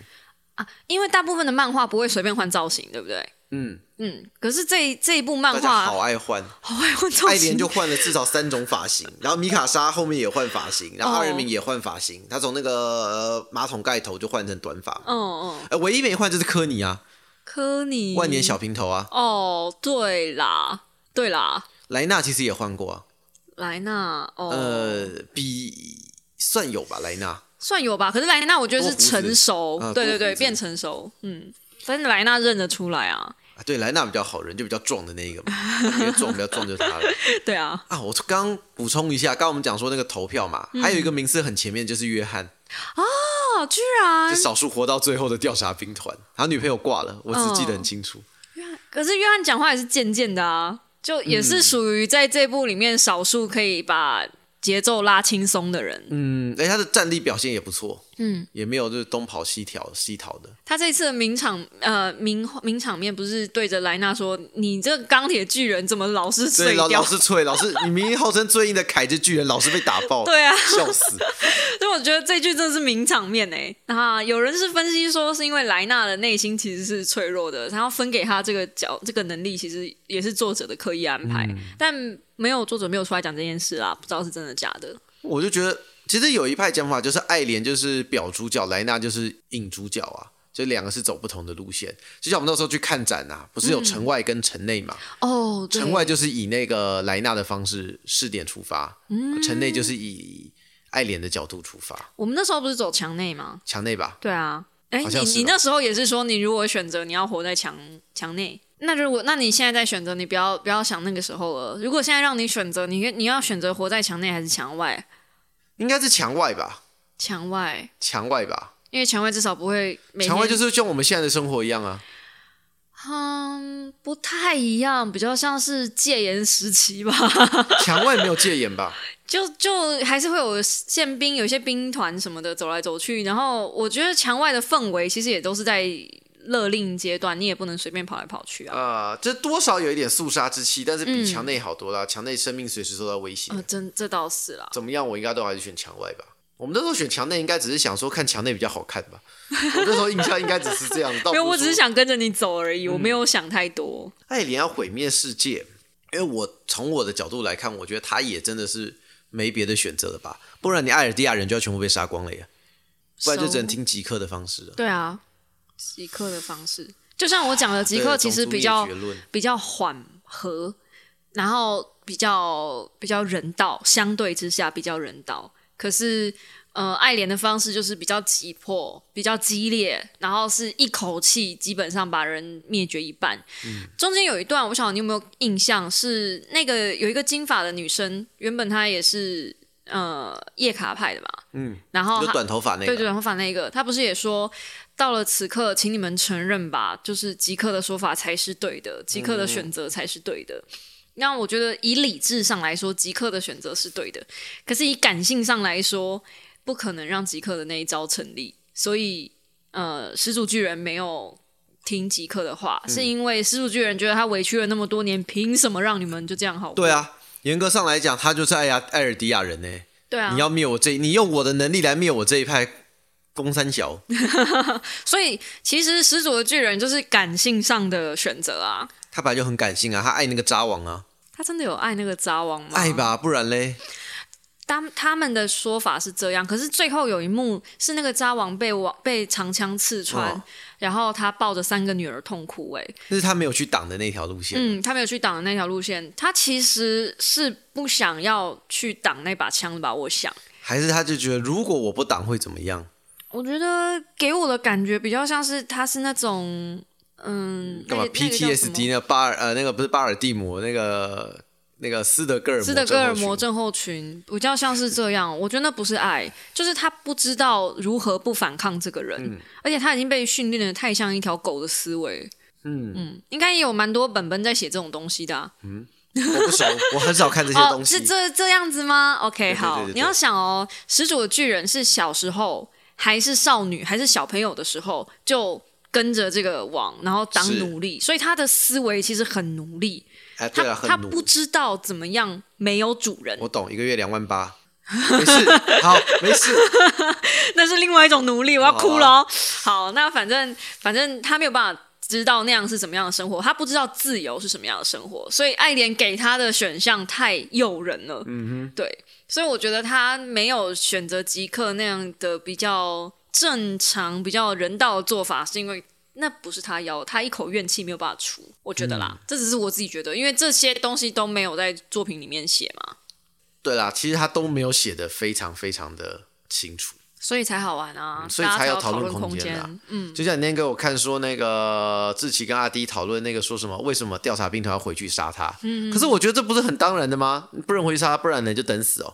S2: 啊，因为大部分的漫画不会随便换造型，对不对？
S1: 嗯，
S2: 嗯，可是这这一部漫
S1: 大家
S2: 画
S1: 好爱换。
S2: 好爱换造型，
S1: 爱莲就换了至少三种发 型，然后米卡莎后面也换发型，然后
S2: 哦
S1: 二人明也换发型，他从那个、呃马桶盖头就换成短发，
S2: 嗯嗯，
S1: 呃，唯一没换就是科尼啊，
S2: 科尼
S1: 万年小平头啊，
S2: 哦，对啦，对啦，
S1: 莱纳其实也换过啊，
S2: 莱纳哦，
S1: 呃，比算有吧，莱纳，
S2: 算有吧，可是莱纳我觉得是
S1: 多胡子
S2: 成熟，
S1: 啊
S2: 对对
S1: 多
S2: 对，
S1: 胡子
S2: 变成熟，嗯，但是莱纳认得出来啊，
S1: 啊，对，莱纳比较好人，就比较壮的那一个嘛，比较壮，比较壮就是他了。
S2: 对啊，
S1: 啊，我刚刚补充一下，刚刚我们讲说那个投票嘛，还
S2: 嗯
S1: 有一个名次很前面就是约翰，
S2: 哦，居然
S1: 就，少数活到最后的调查兵团，他女朋友挂了，我只记
S2: 嗯
S1: 得很清楚。
S2: 可是约翰讲话也是渐渐的啊，就也
S1: 嗯
S2: 是属于在这部里面少数可以把节奏拉轻松的人，
S1: 嗯，哎，他的战力表现也不错，
S2: 嗯，
S1: 也没有就是东跑西跳西逃的。
S2: 他这次的名场呃名名场面不是对着莱纳说：“你这个钢铁巨人怎么老是
S1: 所以
S2: 碎
S1: 老
S2: 掉
S1: 老是吹，老是你明明号称最硬的凯之巨人，老是被打爆，
S2: 对啊
S1: 笑死。？”
S2: 所以我觉得这句真的是名场面哎、啊，有人是分析说是因为莱纳的内心其实是脆弱的，然后分给他这个角这个能力，其实也是作者的刻意安排，但没有作者没有出来讲这件事啦，不知道是真的假的。
S1: 我就觉得，其实有一派讲法就是爱莲就是表主角，莱纳就是影主角啊，就两个是走不同的路线。就像我们那时候去看展啊，不是有城外跟城内嘛？
S2: 哦，嗯对
S1: 城外就是以那个莱纳的方式试点出发，
S2: 嗯
S1: 城内就是以爱莲的角度出发，
S2: 我们那时候不是走墙内吗？
S1: 墙内吧。
S2: 对啊，哎，
S1: 好
S2: 你
S1: 像是哦
S2: 你
S1: 吧
S2: 那时候也是说，你如果选择你要活在墙墙内，那如果那你现在在选择，你不要不要想那个时候了。如果现在让你选择，你你要选择活在墙内还是墙外？
S1: 应该是墙外吧，
S2: 墙外，
S1: 墙外吧，
S2: 因为墙外至少不会每天
S1: 墙外就是像我们现在的生活一样啊。
S2: 嗯不太一样，比较像是戒严时期吧，
S1: 墙外没有戒严吧？
S2: 就就还是会有宪兵，有一些兵团什么的走来走去。然后我觉得墙外的氛围其实也都是在勒令阶段，你也不能随便跑来跑去啊。
S1: 啊、这多少有一点肃杀之气，但是比
S2: 嗯
S1: 墙内好多啦。墙内生命随时受到威胁，
S2: 呃，真这倒是啦。
S1: 怎么样，我应该都还是选墙外吧。我们那时候选墙内，应该只是想说看墙内比较好看吧。我那时候印象应该只是这 样，倒不
S2: 没有，我
S1: 说
S2: 只是想跟着你走而已，我没有
S1: 嗯
S2: 想太多。
S1: 爱莲要毁灭世界，因为我从我的角度来看，我觉得他也真的是没别的选择了吧，不然你艾尔迪亚人就要全部被杀光了呀。不然就
S2: 哦
S1: 只能听极客的方式了。
S2: 对啊，极客的方式，就像我讲的，极
S1: 对
S2: 客其实
S1: 种族
S2: 比
S1: 灭
S2: 较
S1: 绝论
S2: 比较缓和，然后比较比较人道，相对之下比较人道。可是，呃，爱莲的方式就是比较急迫、比较激烈，然后是一口气基本上把人灭绝一半。
S1: 嗯
S2: 中间有一段，我想你有没有印象？是那个有一个金发的女生，原本她也是呃叶卡派的嘛，
S1: 嗯，
S2: 然后
S1: 就
S2: 她
S1: 短头发那
S2: 哦对对，
S1: 个，
S2: 然后反那个，他不是也说，到了此刻，请你们承认吧，就是极客的说法才是对的，极客的选择才是对的。那我觉得以理智上来说，极客的选择是对的，可是以感性上来说，不可能让极客的那一招成立。所以，呃，始祖巨人没有听极客的话，
S1: 嗯
S2: 是因为始祖巨人觉得他委屈了那么多年，凭什么让你们就这样好过？
S1: 对啊，严格上来讲，他就是艾亚艾尔迪亚人呢、
S2: 对啊，
S1: 你要灭我这，你用我的能力来灭我这一派，公三小。
S2: 所以其实始祖的巨人就是感性上的选择啊。
S1: 他本来就很感性啊，他爱那个渣王啊，
S2: 他真的有爱那个渣王吗？
S1: 爱。吧，不然嘞，
S2: 他他们的说法是这样，可是最后有一幕是那个渣王被王被长枪刺穿，
S1: 哦
S2: 然后他抱着三个女儿痛哭、欸。哎，
S1: 那是他没有去挡的那条路线。
S2: 嗯，他没有去挡的那条路线，他其实是不想要去挡那把枪的吧？我想，
S1: 还是他就觉得，如果我不挡会怎么样？
S2: 我觉得给我的感觉比较像是他是那种嗯，
S1: 干嘛
S2: 那个那个叫什么
S1: PTSD 那个巴尔呃那个不是巴尔的摩那个那个斯德哥尔摩
S2: 斯德哥尔摩
S1: 症
S2: 症候群比较像是这样，我觉得那不是爱， 就是他不知道如何不反抗这个人，而且他已经被训练的太像一条狗的思维。
S1: 嗯
S2: 嗯，应该也有蛮多本本在写这种东西的、啊。
S1: 候群我不熟，我很少看这些
S2: 哦，
S1: 东西。
S2: 是这这样子吗？OK，
S1: 对对
S2: 好
S1: 对，对对
S2: 你要想哦，始祖的巨人是小时候还是少女还是小朋友的时候就跟着这个王，然后当
S1: 是
S2: 奴隶，所以他的思维其实很奴隶，
S1: 哎，对
S2: 他
S1: 啊，
S2: 他
S1: 很努
S2: 不。知道怎么样没有主人，
S1: 我懂，一个月两万 八，没事，好，没事。
S2: 那是另外一种奴隶，我要哭
S1: 好
S2: 了
S1: 啊
S2: 哦。好，那反正反正他没有办法知道那样是怎么样的生活，他不知道自由是什么样的生活，所以爱莲给他的选项太诱人了。嗯哼，对，所以我觉得他没有选择极客那样的比较正常、比较人道的做法，是因为。那不是他要，他一口怨气没有办法出，我觉得啦，
S1: 嗯
S2: 这只是我自己觉得，因为这些东西都没有在作品里面写嘛，
S1: 对啦，其实他都没有写的非常非常的清楚，
S2: 所以才好玩啊，
S1: 嗯所以
S2: 大家
S1: 才有
S2: 有
S1: 讨
S2: 论
S1: 论空间啊
S2: 间
S1: 啦。
S2: 嗯，
S1: 就像你那天给我看说那个志奇跟阿迪讨论那个说什么为什么调查兵团要回去杀他，
S2: 嗯
S1: 可是我觉得这不是很当然的吗？不能回去杀他，不然呢就等死哦。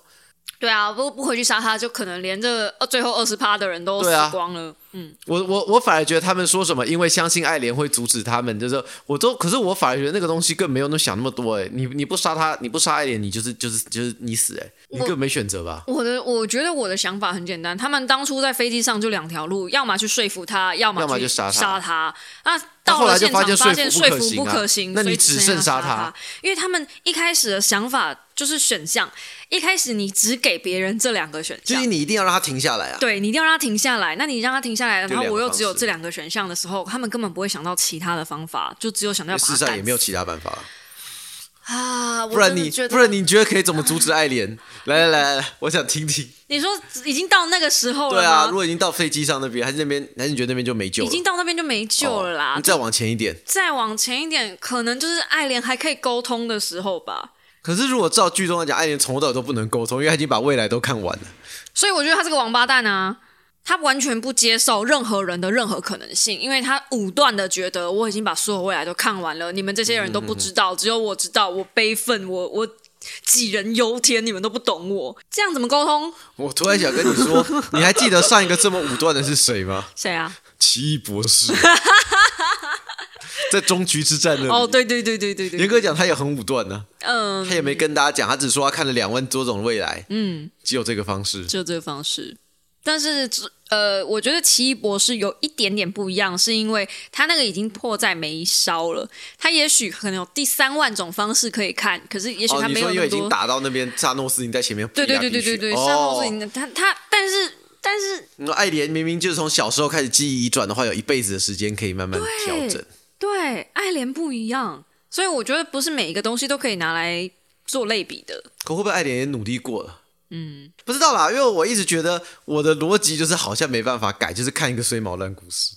S2: 对啊，不不回去杀他，就可能连这呃最后二十趴的人都死
S1: 对啊
S2: 光了。嗯，
S1: 我我我反而觉得他们说什么，因为相信爱莲会阻止他们，就是我都，可是我反而觉得那个东西更没有那么想那么多哎、你你不杀他，你不杀爱莲，你就是就是就是你死哎、你根本没选择吧？
S2: 我的我觉得我的想法很简单，他们当初在飞机上就两条路，要么去说服他，要么
S1: 要么
S2: 去
S1: 就杀他
S2: 杀他。那
S1: 但
S2: 到
S1: 后
S2: 了
S1: 来就
S2: 现场
S1: 发现
S2: 发
S1: 说
S2: 现
S1: 服
S2: 说
S1: 不可
S2: 服
S1: 行
S2: 不
S1: 啊
S2: 可行，
S1: 那你
S2: 所以
S1: 只
S2: 能
S1: 剩
S2: 要
S1: 杀
S2: 他
S1: 他，
S2: 因为他们一开始的想法就是选项，一开始你只给别人这两个选
S1: 就
S2: 项
S1: 是。你一定要让他停下来啊！
S2: 对你一定要让他停下来，那你让他停下来，然
S1: 就
S2: 后
S1: 两个
S2: 我又
S1: 方
S2: 只有
S1: 式
S2: 这两个选项的时候，他们根本不会想到其他的方法，就只有想到
S1: 因为
S2: 要把
S1: 事实
S2: 他
S1: 上
S2: 干
S1: 也没有
S2: 死
S1: 其他办法了，
S2: 啊，
S1: 不然
S2: 我真
S1: 你
S2: 的觉得
S1: 不然你觉得可以怎么阻止爱莲？来来来来来，我想听听。
S2: 你说已经到那个时候 了
S1: 对 啊，
S2: 吗
S1: 如果已经到飞机上那边，还是那边，还是你觉得那边就没救
S2: 已
S1: 了？哦
S2: 经到那边就没救了啦。
S1: 你再往前一点。
S2: 再往前一点，可能就是爱莲还可以沟通的时候吧。
S1: 可是如果照剧中来讲，爱莲从头到尾都不能沟通，因为他已经把未来都看完了。
S2: 所以我觉得他是个王八蛋啊，他完全不接受任何人的任何可能性，因为他武断的觉得我已经把所有未来都看完了，你们这些人都不知道，只有我知道，我悲愤，我我杞人忧天，你们都不懂我，这样怎么沟通？
S1: 我突然想跟你说，你还记得上一个这么武断的是谁 吗？
S2: 谁啊？
S1: 奇异博 士，在中局之战那里。
S2: 哦，对对对对对对，
S1: 严格讲，他也很武断呢、
S2: 嗯、
S1: 他也没跟大家讲，他只说他看了两万多种未来，嗯，只有这个方式。
S2: 就这个方式。但是，呃，我觉得奇异博士有一点点不一样，是因为他那个已经迫在眉梢了。他也许可能有第三万种方式可以看，可是也许
S1: 哦，
S2: 他
S1: 你
S2: 没有
S1: 说因
S2: 那
S1: 为
S2: 么
S1: 已
S2: 多。
S1: 经打到那边，萨诺斯已经在前面
S2: 对
S1: 逼
S2: 对
S1: 来
S2: 对对
S1: 逼
S2: 对
S1: 去
S2: 对，
S1: 哦
S2: 上诺斯，他他，但是但是
S1: 你说爱莲明明就是从小时候开始记忆移转的话，有一辈子的时间可以慢慢调整。
S2: 对爱莲不一样，所以我觉得不是每一个东西都可以拿来做类比的。
S1: 可会不会爱莲也努力过了？
S2: 嗯，
S1: 不知道啦，因为我一直觉得我的逻辑就是好像没办法改，就是看一个衰毛烂故事。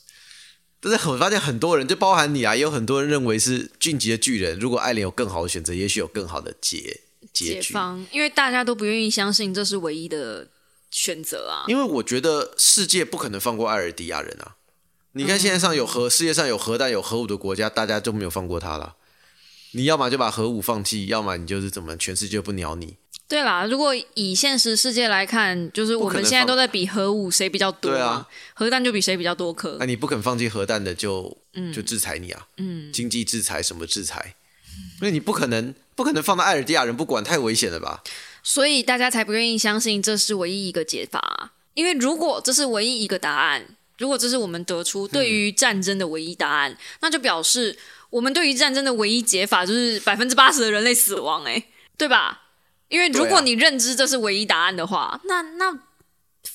S1: 但是我发现很多人，就包含你啊，也有很多人认为是晋级的巨人。如果爱莲有更好的选择，也许有更好的结结
S2: 解
S1: 局。
S2: 放，因为大家都不愿意相信这是唯一的选择啊。
S1: 因为我觉得世界不可能放过艾尔迪亚人啊！你看现在上有核，世界上有核弹、有核武的国家，大家就没有放过他了。你要么就把核武放弃，要么你就是怎么全世界不鸟你。
S2: 对啦，如果以现实世界来看，就是我
S1: 不可
S2: 们
S1: 能
S2: 现
S1: 放
S2: 在都在比核武谁比较多
S1: 对
S2: 嘛
S1: 啊，哎
S2: 核弹就比谁比较多颗
S1: 那、。你不肯放弃核弹的就，就制裁你啊！嗯，经济制裁什么制裁？因为你不可能不可能放到艾尔迪亚人不管，太危险了吧？
S2: 所以大家才不愿意相信这是唯一一个解法啊、因为如果这是唯一一个答案，如果这是我们得
S1: 嗯
S2: 出对于战争的唯一答案，那就表示我们对于战争的唯一解法就是百分之八十的人类死亡、欸，对吧？因为如
S1: 对
S2: 果
S1: 啊
S2: 你认知这是唯一答案的话，那那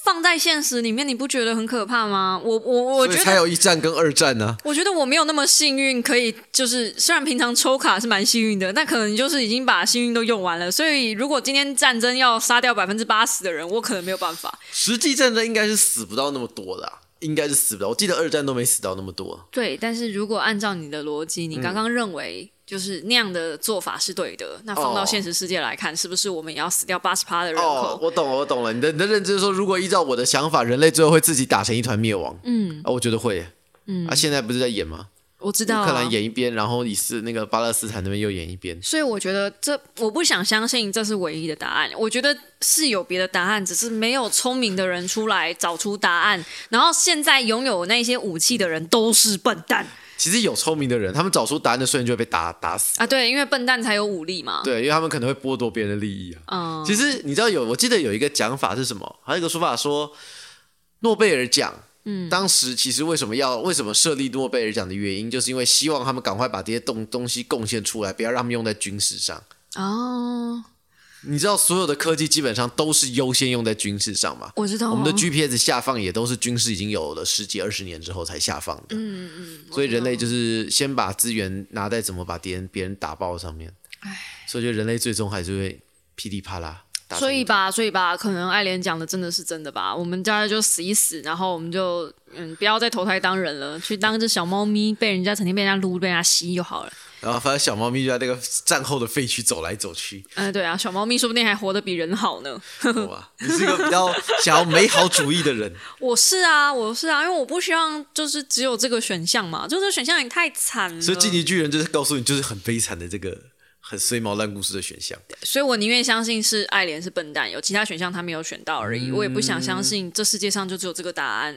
S2: 放在现实里面，你不觉得很可怕吗？我我我
S1: 所
S2: 觉
S1: 以
S2: 得
S1: 才有一战跟二战呢、啊
S2: 我觉得我没有那么幸运，可以就是虽然平常抽卡是蛮幸运的，但可能就是已经把幸运都用完了。所以如果今天战争要杀掉百分之八十的人，我可能没有办法。
S1: 实际战争应该是死不到那么多的啊、应该是死不到。我记得二战都没死到那么多。
S2: 对，但是如果按照你的逻辑，你刚刚认为就是那样的做法是对的，那放到
S1: 哦
S2: 现实世界来看，是不是我们也要死掉八十趴的人
S1: 哦，
S2: 口？
S1: 我懂了，我懂了。你的你的认知是说，如果依照我的想法，人类最后会自己打成一团灭亡。
S2: 嗯
S1: 啊，我觉得会。嗯，啊，现在不是在演吗？
S2: 我知
S1: 乌
S2: 道、
S1: 克
S2: 啊
S1: 兰。演一边，然后以色那个巴勒斯坦那边又演一边。
S2: 所以我觉得这我不想相信这是唯一的答案。我觉得是有别的答案，只是没有聪明的人出来找出答案。然后现在拥有那些武器的人都是笨蛋
S1: 其实有聪明的人，他们找出答案的瞬间就会被打打死。
S2: 啊！对，因为笨蛋才有武力嘛。
S1: 对，因为他们可能会剥夺别人的利益啊。
S2: 嗯，
S1: 其实你知道有，我记得有一个讲法是什么？还有一个说法说，诺贝尔奖，嗯，当时其实为什么要为什么设立诺贝尔奖的原因，就是因为希望他们赶快把这些东东西贡献出来，不要让他们用在军事上。
S2: 哦，
S1: 你知道所有的科技基本上都是优先用在军事上嘛？
S2: 我知道啊、
S1: 我们的 GPS 下放也都是军事已经有了十几二十年之后才下放的，嗯嗯，所以人类就是先把资源拿在怎么把敌人别人打爆上面，所以就人类最终还是会噼里啪啦打成一团。
S2: 所以吧，所以吧，可能爱莲讲的真的是真的吧。我们大家就死一死，然后我们就嗯，不要再投胎当人了，去当只小猫咪，被人家成天被人家撸、被人家吸就好了。
S1: 然后反正小猫咪就在那个战后的废墟走来走去，
S2: 嗯、对啊，小猫咪说不定还活得比人好呢。
S1: 哇！你是一个比较想要美好主义的人，
S2: 我是啊，我是啊，因为我不希望就是只有这个选项嘛，就这个选项也太惨了，
S1: 所以《进击巨人》就是告诉你，就是很悲惨的这个很衰毛烂故事的选项。
S2: 所以我宁愿相信是爱莲是笨蛋，有其他选项他没有选到而
S1: 嗯
S2: 已，我也不想相信这世界上就只有这个答案。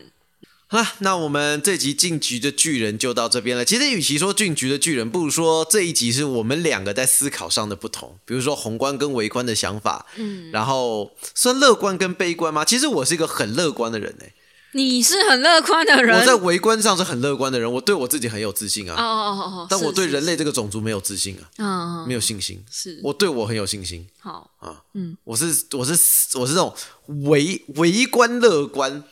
S1: 好啦，那我们这集《进局的巨人》就到这边了。其实，与其说《进局的巨人》，不如说这一集是我们两个在思考上的不同，比如说宏观跟微观的想法，嗯，然后算乐观跟悲观吗？其实我是一个很乐观的人欸诶、
S2: 你是很乐观的人，
S1: 我在微观上是很乐观的人，我对我自己很有自信
S2: 哦
S1: 啊，
S2: 哦哦哦，
S1: 但
S2: 是
S1: 我对
S2: 是
S1: 人类这个种族没有自信啊，
S2: 嗯嗯
S1: 没有信心。
S2: 是
S1: 我对我很有信心
S2: 好，
S1: 啊，嗯，我是我是我是那种微微观乐观，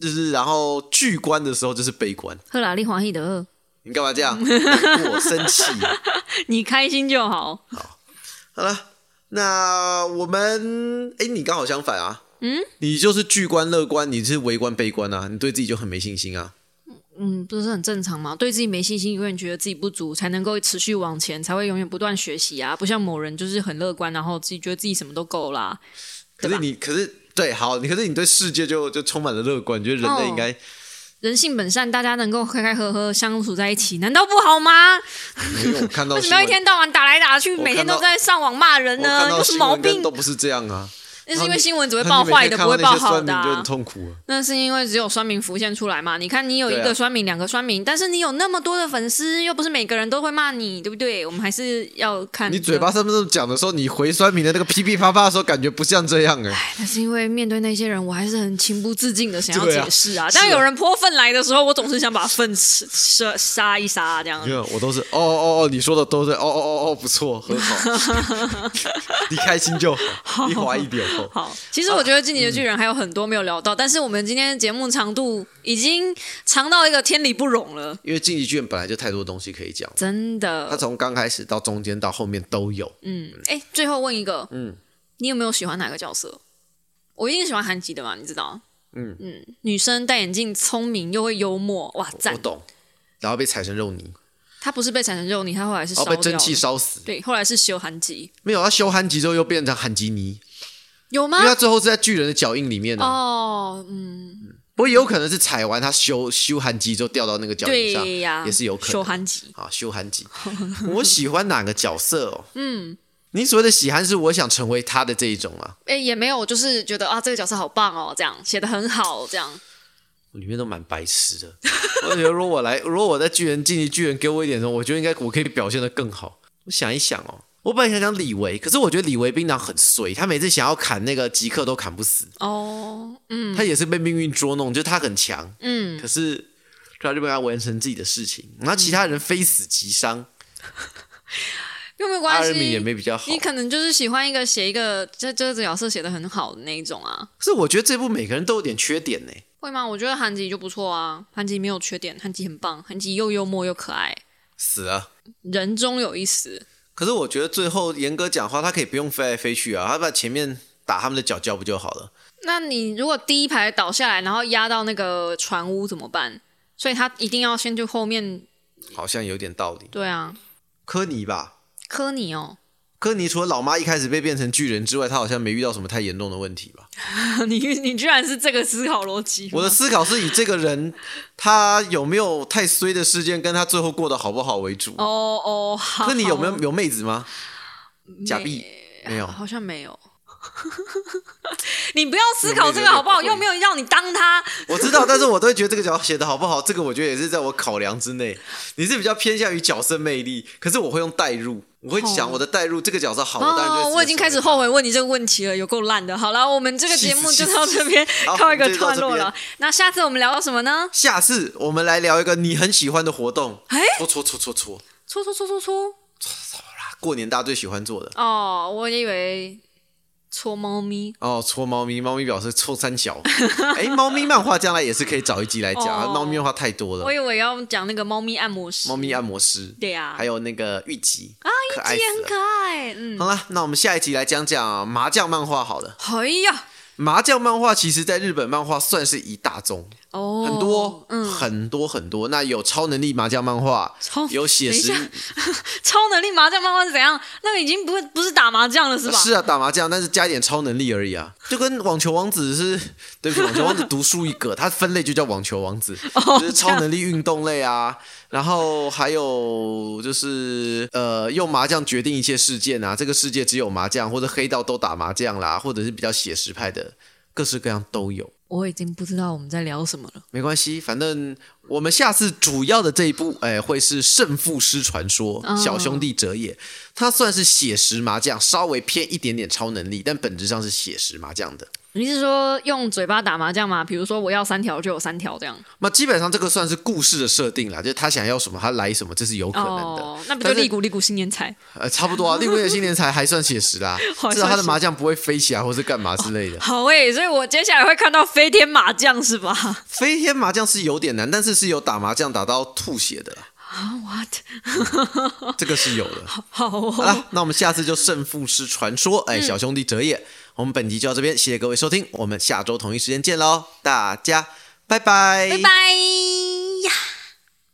S1: 就是然后巨观的时候就是悲观。
S2: 赫拉利黄喜德，
S1: 你干嘛这 样？难过生气。
S2: 你开心就好。
S1: 好了，那我们哎，你刚好相反啊。嗯，你就是巨观乐观，你是微观悲观啊，你对自己就很没信心啊。
S2: 嗯，不是很正常吗？对自己没信心，永远觉得自己不足，才能够持续往前，才会永远不断学习啊。不像某人就是很乐观，然后自己觉得自己什么都够啦。
S1: 可是你，可是对，好，你可是你对世界就就充满了乐观，你觉得人
S2: 哦
S1: 类应该、
S2: 人性本善，大家能够开开合合相处在一起，难道不好吗？
S1: 没有我看到
S2: 为什
S1: 新
S2: 么要一
S1: 闻，
S2: 天到晚打来打去，
S1: 我
S2: 每天
S1: 看到
S2: 都在上网骂人
S1: 我
S2: 呢
S1: 看？
S2: 有
S1: 到
S2: 什
S1: 新
S2: 么毛
S1: 闻跟
S2: 病
S1: 都？不是这样啊。
S2: 那是因
S1: 然后
S2: 为
S1: 你
S2: 新闻只会
S1: 那你
S2: 报
S1: 每天
S2: 坏的，
S1: 看
S2: 不
S1: 到那
S2: 会报
S1: 些
S2: 好
S1: 酸
S2: 的、
S1: 民就很
S2: 啊。
S1: 痛苦、啊。
S2: 那是因为只有酸民浮现出来嘛？你看，你有一
S1: 对啊
S2: 个酸民，两个酸民，但是你有那么多的粉丝，又不是每个人都会骂你，对不对？我们还是要看
S1: 你
S2: 这
S1: 嘴
S2: 个
S1: 巴上面这么讲的时候，你回酸民的那个噼噼啪啪的时候，感觉不像这样哎、
S2: 但是因为面对那些人，我还是很情不自禁的想要
S1: 对啊
S2: 解释啊。
S1: 是啊
S2: 当有人泼粪来的时候，我总是想把粪吃杀杀一杀、啊这样
S1: 没。有，我都是哦哦哦，你说的都对，哦哦哦哦，不错，很好， 你开心就好，一滑一点哦。
S2: 好，其实我觉得《进击的巨人》还有很多没有聊到，但是我们今天的节目长度已经长到一个天理不容了，
S1: 因为晋级卷本来就太多东西可以讲，
S2: 真
S1: 它
S2: 的。
S1: 从刚开始到中间到后面都有。
S2: 嗯，哎，最后问一个，嗯，你有没有喜欢哪个角色？我一定喜欢韩吉的嘛，你知道？
S1: 嗯
S2: 嗯，女生戴眼镜，聪明又会幽默，哇
S1: 我
S2: 赞！
S1: 懂。然后被踩成肉泥，
S2: 她不是被踩成肉泥，她后来是
S1: 然
S2: 烧
S1: 后
S2: 掉
S1: 哦被蒸汽
S2: 的
S1: 烧死。
S2: 对，后来是修韩吉，
S1: 没有，他修韩吉之后又变成韩吉尼，
S2: 有吗
S1: 因为？他最后是在巨人的脚印里面呢、
S2: 啊
S1: 啊
S2: 哦，嗯，
S1: 不过也有可能是踩完他修修韩吉之后掉到那个脚印上，
S2: 对呀，
S1: 也是有可能
S2: 修韩吉，
S1: 啊，修韩吉。我喜欢哪个角色 哦？嗯，你所谓的喜欢是我想成为他的这一种啊，
S2: 哎，也没有，就是觉得啊，这个角色好棒哦，这样写的很好，这样
S1: 里面都蛮白痴的。 我觉得如果我来，如果我在巨人晋级巨人给我一点什么，我觉得应该我可以表现得更好。我想一想哦，我本来想讲李维，可是我觉得李维兵长很衰，他每次想要砍那个极客都砍不死，
S2: 哦，嗯
S1: 他也是被命运捉弄，就是他很强，
S2: 嗯，
S1: 可是他就被他完成自己的事情，然后其他人非死即伤，
S2: 又没有
S1: 阿
S2: 嗯关
S1: 尔
S2: 系，
S1: 米也没比较好。
S2: 你可能就是喜欢一个写一个这这个角色写的很好的那一种啊，
S1: 可是我觉得这部每个人都有点缺点呢、
S2: 会吗？我觉得韩吉就不错啊，韩吉没有缺点，韩吉很棒，韩吉又幽默又可爱，
S1: 死啊了。
S2: 人中有一死。
S1: 可是我觉得最后严格讲话，他可以不用飞来飞去啊，他把前面打他们的脚叫不就好了？
S2: 那你如果第一排倒下来，然后压到那个船屋怎么办？所以他一定要先去后面。
S1: 好像有点道理。
S2: 对啊，
S1: 科尼吧，
S2: 科尼哦，
S1: 科尼除了老妈一开始被变成巨人之外，他好像没遇到什么太严重的问题 吧？
S2: 你你居然是这个思考逻辑吗？
S1: 我的思考是以这个人他有没有太衰的事件，跟他最后过得好不好为主。
S2: 哦哦，好。
S1: 科尼有没有有妹子吗？假币没有，
S2: 好像没有。 你不要思考这
S1: 有没有
S2: 个好不好？
S1: 有没有
S2: 又没有让你当他。
S1: 我知道，但是我都会觉得这个角写的好不好，这个我觉得也是在我考量之内。你是比较偏向于角色魅力，可是我会用代入，我会想我的代入这个角色好，我当然就会
S2: 哦，我已经开始后
S1: 悔。
S2: 悔问你这个问题了，有够烂的。好了，我们这个节目
S1: 气
S2: 就
S1: 死
S2: 到这边
S1: 好
S2: 告一个
S1: 我们就到
S2: 段
S1: 这
S2: 落
S1: 边
S2: 了。那下次我们聊到什么呢？
S1: 下次我们来聊一个你很喜欢的活动，
S2: 哎
S1: 搓搓搓搓搓，啊
S2: 搓搓搓搓搓。
S1: 过年大家最喜欢做的
S2: 哦，我以为搓猫咪。
S1: 哦，搓猫咪，猫咪表示搓三 小。哎，猫咪漫画将来也是可以找一集来讲，
S2: 哦
S1: 猫咪漫画太多
S2: 我
S1: 了，
S2: 以为要讲那个猫咪按摩
S1: 嗯
S2: 师。
S1: 猫咪按摩师，
S2: 对啊呀、
S1: 还有那个玉吉啊，可爱
S2: 也
S1: 死
S2: 很
S1: 了。
S2: 可爱。嗯，
S1: 好啦，那我们下一集来讲讲麻将漫画好了。
S2: 哎呀，
S1: 麻将漫画其实在日本漫画算是一大宗，
S2: 哦，
S1: 很多，
S2: 嗯，
S1: 很多很多。那有超能力麻将漫画
S2: 超，
S1: 有写实，
S2: 等超能力麻将漫画是怎样？那个已经不是不是打麻将了是吧？
S1: 是啊，打麻将，但是加一点超能力而已啊，就跟网球王子是， 对不起，网球王子独树一格，它分类就叫网球 王子，
S2: Oh，
S1: 就是超能力运动类啊，然后还有就是呃，用麻将决定一切事件啊，这个世界只有麻将，或者黑道都打麻将啦，或者是比较写实派的，各式各样都有。
S2: 我已经不知道我们在聊什么了。
S1: 没关系，反正我们下次主要的这一部，哎，会是《胜负师传说》
S2: 哦
S1: 小兄弟哲也，它算是写实麻将，稍微偏一点点超能力，但本质上是写实麻将的。
S2: 你是说用嘴巴打麻将吗？比如说我要三条就有三条这样。
S1: 那基本上这个算是故事的设定啦，就是他想要什么，他来什么，这是有可能的。
S2: 哦，那不就
S1: 但是
S2: 利股利股新年财？
S1: 呃，差不多啊。另外的新年才还算写实啦
S2: 好，
S1: 至少他
S2: 像
S1: 的
S2: 是哦
S1: 麻将不会飞起来或是干嘛之类的。
S2: 好诶、所以我接下来会看到飞天麻将是吧
S1: 飞天麻将是有点难，但是是有打麻将打到吐血的啦，
S2: ？What？
S1: 这个是有 的。
S2: 好
S1: 好
S2: 哦，
S1: 了，那我们下次就胜负师传说，哎，小兄弟哲也。我们本集就到这边，谢谢各位收听，我们下周同一时间见喽，大家拜拜，
S2: 拜拜呀。